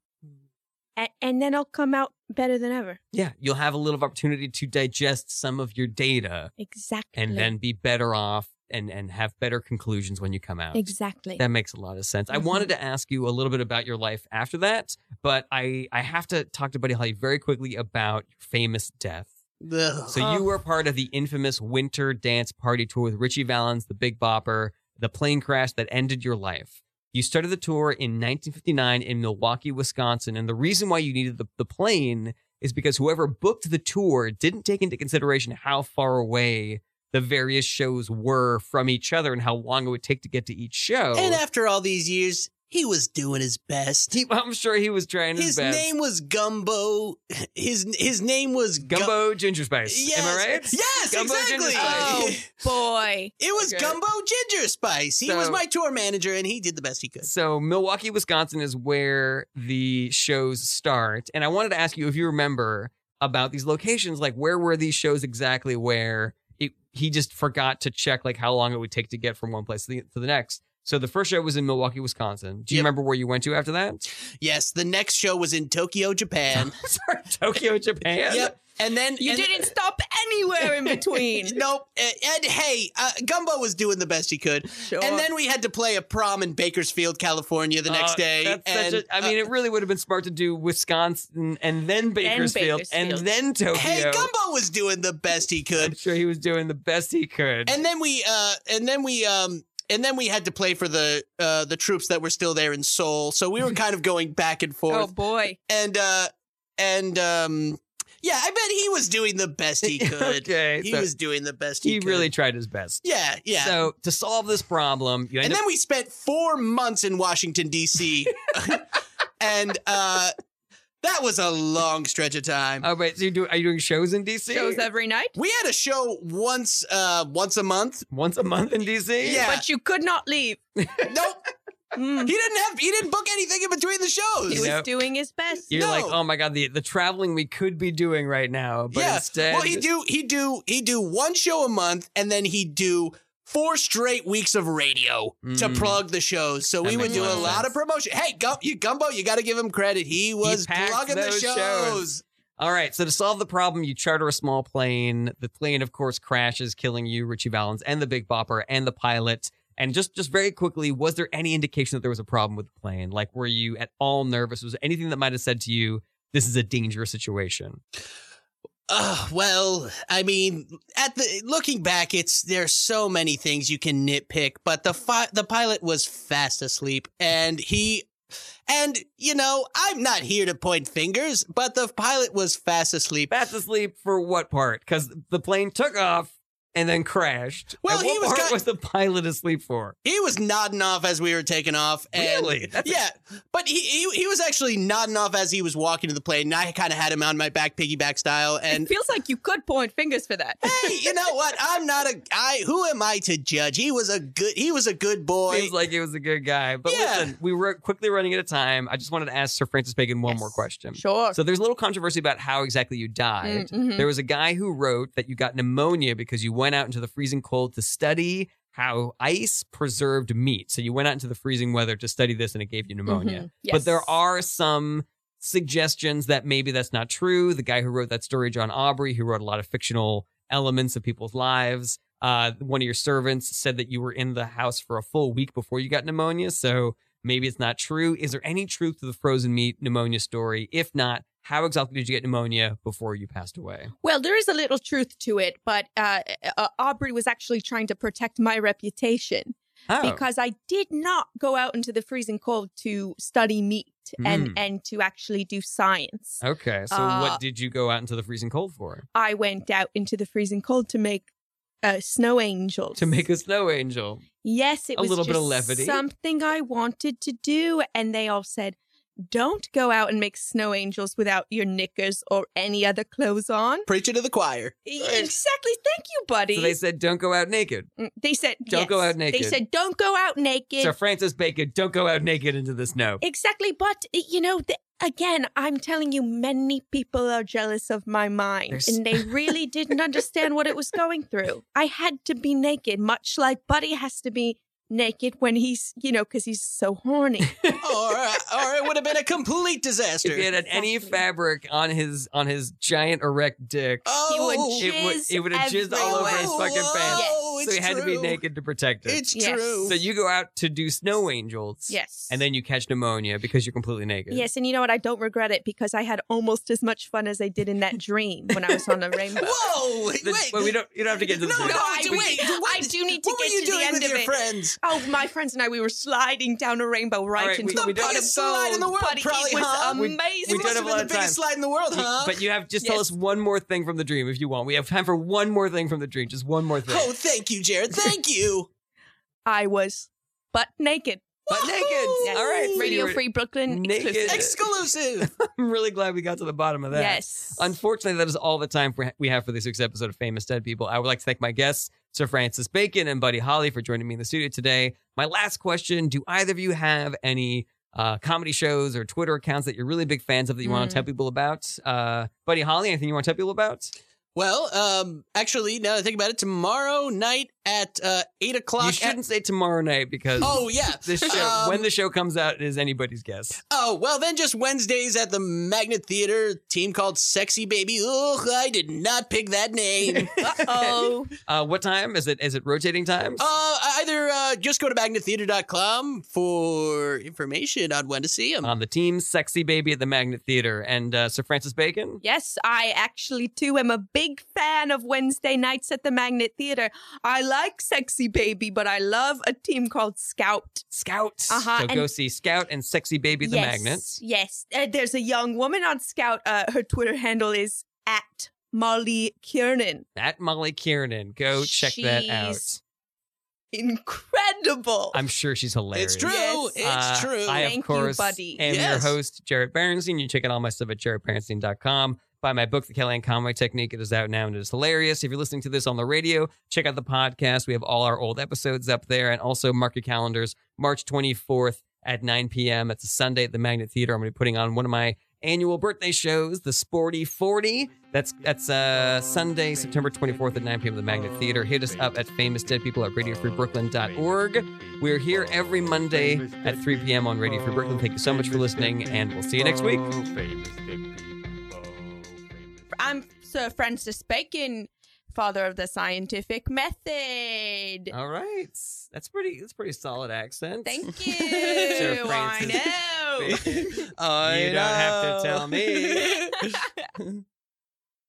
S7: and, and then I'll come out better than ever.
S5: Yeah, you'll have a little opportunity to digest some of your data
S7: Exactly.
S5: and then be better off and and have better conclusions when you come out.
S7: exactly.
S5: That makes a lot of sense. I wanted to ask you a little bit about your life after that, but I I have to talk to Buddy Holly very quickly about your famous death.
S6: Ugh.
S5: So you were part of the infamous winter dance party tour with Richie Valens, the Big Bopper, the plane crash that ended your life. You started the tour in 1959 in Milwaukee, Wisconsin, and the reason why you needed the, the plane is because whoever booked the tour didn't take into consideration how far away the various shows were from each other and how long it would take to get to each show.
S6: uh, And after all these years, he was doing his best.
S5: Oh. He, I'm sure he was trying his,
S6: his
S5: best.
S6: name was Gumbo. His his name was Gu-
S5: Gumbo Ginger Spice.
S6: Yes.
S5: Am I right?
S6: Yes,
S5: Gumbo Ginger
S6: exactly.
S7: Oh
S5: Spice.
S7: boy.
S6: It was
S5: Okay.
S6: Gumbo Ginger Spice. He was
S5: So-
S6: my tour manager, and he did the best he could.
S5: So Milwaukee, Wisconsin is where the shows start. And I wanted to ask you if you remember about these locations, like where were these shows exactly where it, he just forgot to check like how long it would take to get from one place to the, to the next. So the first show was in Milwaukee, Wisconsin. Do you
S6: Yep.
S5: remember where you went to after that?
S6: Yes, the next show was in Tokyo, Japan.
S5: Sorry, Tokyo, Japan.
S6: yep, and then
S7: You
S6: and-
S7: didn't stop anywhere in between.
S6: Nope. And, and hey, uh, Gumbo was doing the best he could.
S5: Oh.
S7: Sure.
S6: And then we had to play a prom in Bakersfield, California the next
S5: Uh,
S6: day.
S5: That's
S6: and,
S5: such a, I
S6: uh,
S5: mean, it really would have been smart to do Wisconsin and then Bakersfield,
S7: Bakersfield.
S5: and then Tokyo.
S6: uh, hey, Gumbo was doing the best he
S5: I'm
S6: could.
S5: sure he was doing the best he could.
S6: And then we uh and then we um and then we had to play for the uh the troops that were still there in Seoul. So we were kind of going back and
S7: oh
S6: forth.
S7: boy.
S6: And uh and um yeah, I bet he was doing the best he could.
S5: okay,
S6: He
S5: so
S6: was doing the best he,
S5: he
S6: could.
S5: really tried his best.
S6: Yeah, yeah.
S5: So to solve this problem, you end
S6: and
S5: up
S6: then we spent four months in Washington D.C. and uh, that was a long stretch of time.
S5: Oh wait, so you do are you doing shows in DC?
S7: Shows every night.
S6: we had a show once, uh, once a month.
S5: once a month in DC?
S6: Yeah.
S7: But you could not leave.
S6: Nope,
S7: Mm.
S6: he didn't have. He didn't book anything in between the
S7: He
S6: shows.
S7: was
S5: Nope.
S7: doing his best.
S5: You're
S6: No.
S5: like, oh my god, the the traveling we could be doing right now, but
S6: yeah.
S5: instead
S6: well, he do. He do. He do one show a month, and then he would do. Four straight weeks of radio to
S5: Mm.
S6: plug the shows, so
S5: That
S6: we would
S5: makes
S6: do
S5: a
S6: a
S5: lot of
S6: lot of promotion. Hey, Gum- you Gumbo, you got to give him credit. He was
S5: packed
S6: plugging the
S5: those shows.
S6: shows.
S5: All right, so to solve the problem, you charter a small plane. The plane, of course, crashes, killing you, Richie Valens, and the Big Bopper, and the pilot. And just just very quickly, was there any indication that there was a problem with the plane? Like, were you at all nervous? Was there anything that might have said to you, "This is a dangerous situation"?
S6: Uh, well, I mean, at the looking back, it's there's so many things you can nitpick, but the fi- the pilot was fast asleep, and he, and you know, I'm not here to point fingers, but the pilot was fast asleep.
S5: Fast asleep for what part? Because the plane took off and then crashed.
S6: Well,
S5: At
S6: he
S5: what
S6: was
S5: part
S6: got-
S5: was the pilot asleep for?
S6: He was nodding off as we were taking off. And
S5: Really? That's a-
S6: yeah, but he, he he was actually nodding off as he was walking to the plane, and I kind of had him on my back, piggyback style, and
S7: it feels like you could point fingers for that.
S6: hey, you know what? I'm not a I. Who am I to judge? He was a good. He was a good boy.
S5: Seems like he was a good guy. But
S6: Yeah.
S5: listen, we were quickly running out of time. I just wanted to ask Sir Francis Bacon one
S7: Yes.
S5: more question.
S7: Sure.
S5: So there's a little controversy about how exactly you died.
S6: Mm-hmm.
S7: Mm, mhm.
S5: There was a guy who wrote that you got pneumonia because you went out into the freezing cold to study how ice preserved meat. So you went out into the freezing weather to study this and it gave you pneumonia.
S7: Mhm.
S5: But there
S7: Yes.
S5: are some suggestions that maybe that's not true. The guy who wrote that story, John Aubrey, who wrote a lot of fictional elements of people's lives. Uh, one of your servants said that you were in the house for a full week before you got pneumonia. So maybe it's not true. Is there any truth to the frozen meat pneumonia story? If not, how exactly did you get pneumonia before you passed away?
S7: Well, there is a little truth to it, but uh, uh, Aubrey was actually trying to protect my reputation
S5: Oh,
S7: because I did not go out into the freezing cold to study meat
S5: Hmm.
S7: and, and to actually do science.
S5: okay. So
S7: Uh,
S5: what did you go out into the freezing cold for?
S7: I went out into the freezing cold to make uh, snow angels.
S5: To make a snow angel.
S7: Yes, it
S5: a
S7: was
S5: little bit of
S7: just
S5: levity.
S7: something I wanted to do, and they all said, "Don't go out and make snow angels without your knickers or any other clothes on."
S6: Preaching to the choir.
S7: Exactly. Thank you, buddy.
S5: So they said, don't go out naked.
S7: Mm, They said
S5: Don't go
S7: yes.
S5: out naked.
S7: They said don't go out naked.
S5: Sir Francis Bacon, don't go out naked into the snow.
S7: exactly, but you know, the, again, I'm telling you, many people are jealous of my mind,
S5: There's-
S7: and they really didn't understand what it was going through. I had to be naked, much like Buddy has to be naked when he's, you know, because he's so horny.
S6: or, or it would have been a complete disaster.
S5: if he had had any
S7: Exactly.
S5: fabric on his on his giant erect dick,
S6: oh,
S7: would
S5: it would
S7: Jizz
S5: it would have jizzed all over his fucking
S6: everywhere.
S5: pants.
S6: Yes.
S5: So he
S6: It's
S5: had to be
S6: true.
S5: naked to protect it.
S6: it's
S7: Yes.
S6: true.
S5: so you go out to do snow angels,
S7: yes,
S5: and then you catch pneumonia because you're completely naked.
S7: Yes, and you know what? I don't regret it because I had almost as much fun as I did in that dream when I was on the rainbow.
S6: Whoa! Wait,
S5: The-
S6: wait.
S5: well, we don't you don't have to get to the
S6: No,
S5: point.
S6: no,
S7: I
S6: wait,
S7: would-
S6: wait, what-
S7: I do need to
S6: what
S7: get
S6: were you
S7: to the
S6: doing
S7: end
S6: with
S7: of
S6: your
S7: it.
S6: friends?
S7: Oh, my friends and I, we were sliding down a rainbow right,
S5: All right, we-
S7: into
S5: we
S7: a pot
S5: don't-
S7: of
S6: Biggest slide in the
S7: gold,
S6: world,
S7: buddy.
S6: probably,
S7: it was
S6: huh?
S5: We- we
S7: amazing.
S5: don't
S6: must
S5: have a
S6: been
S5: lot
S6: the
S5: of
S6: biggest
S5: time.
S6: slide in the world,
S5: You-
S6: huh?
S5: But you have just tell
S7: Yes.
S5: us one more thing from the dream if you want. We have time for one more thing from the dream, just one more thing.
S6: oh, thank you, Jared. Thank you.
S7: I was butt naked.
S5: But naked.
S7: Yes.
S5: All right. so you
S7: Radio
S5: were-
S7: Free Brooklyn
S5: Naked.
S7: exclusive.
S6: Exclusive.
S5: I'm really glad we got to the bottom of that.
S7: Yes.
S5: Unfortunately, that is all the time for- we have for this week's episode of Famous Dead People. I would like to thank my guests, Sir Francis Bacon and Buddy Holly, for joining me in the studio today. My last question Do either of you have any uh, comedy shows or Twitter accounts that you're really big fans of that you want
S7: Mm.
S5: to tell people about? Uh, Buddy Holly, anything you want to tell people about?
S6: Well, um, actually, now that I think about it, tomorrow night at uh, eight o'clock.
S5: you
S6: at-
S5: shouldn't say tomorrow night because
S6: oh yeah.
S5: this show,
S6: Um,
S5: when the show comes out, is anybody's guess.
S6: Oh well, then just Wednesdays at the Magnet Theater. Team called Sexy Baby. Ugh, I did not pick that name.
S7: oh,
S5: Uh, what time is it? Is it rotating times?
S6: uh, either uh, just go to magnettheater.com for information on when to see them.
S5: on Um, the team, Sexy Baby at the Magnet Theater, and uh, Sir Francis Bacon.
S7: yes, I actually too am a big fan of Wednesday nights at the Magnet Theater. I like Sexy Baby, but I love a team called Scout.
S5: Scout.
S7: Uh-huh,
S5: So
S7: and-
S5: go see Scout and Sexy Baby the Magnets.
S7: Yes. Uh, there's a young woman on Scout. Uh, her Twitter handle is at Molly Kiernan.
S5: At Molly Kiernan. Go check that out.
S7: She's Incredible.
S5: I'm sure she's hilarious.
S6: It's true.
S7: Yes.
S6: It's
S5: Uh,
S6: true.
S5: I,
S7: Thank
S5: of
S7: you,
S5: course,
S7: buddy.
S5: am
S6: Yes.
S5: your host, Jared Berenstein. You can check out all my stuff at jaredberenstein.com. Buy my book, The Kellyanne Conway Technique. It is out now and it is hilarious. If you're listening to this on the radio, check out the podcast. We have all our old episodes up there. And also mark your calendars, March 24th at 9 p.m. That's a Sunday at the Magnet Theater. I'm going to be putting on one of my annual birthday shows, The Sporty 40. That's that's uh, Sunday, September 24th at 9 p.m. at the Magnet Theater. Hit us up at famousdeadpeople at radiofreebrooklyn.org. We're here every Monday at 3 p.m. on Radio Free Brooklyn. Thank you so much for listening, and we'll see you next week.
S3: Famous dead people.
S7: I'm Sir Francis Bacon, father of the scientific method.
S5: All right, that's pretty. That's pretty solid accent.
S7: Thank you.
S5: Sir Francis
S7: I know.
S5: you don't have to tell me.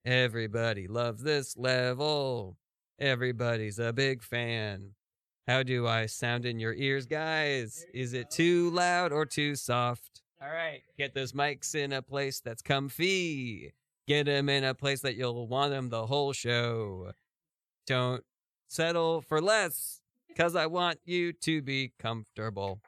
S5: Everybody loves this level. Everybody's a big fan. How do I sound in your ears, guys? Is it too loud or too soft? All right. Get those mics in a place that's comfy. Get them in a place that you'll want them the whole show. Don't settle for less, because I want you to be comfortable.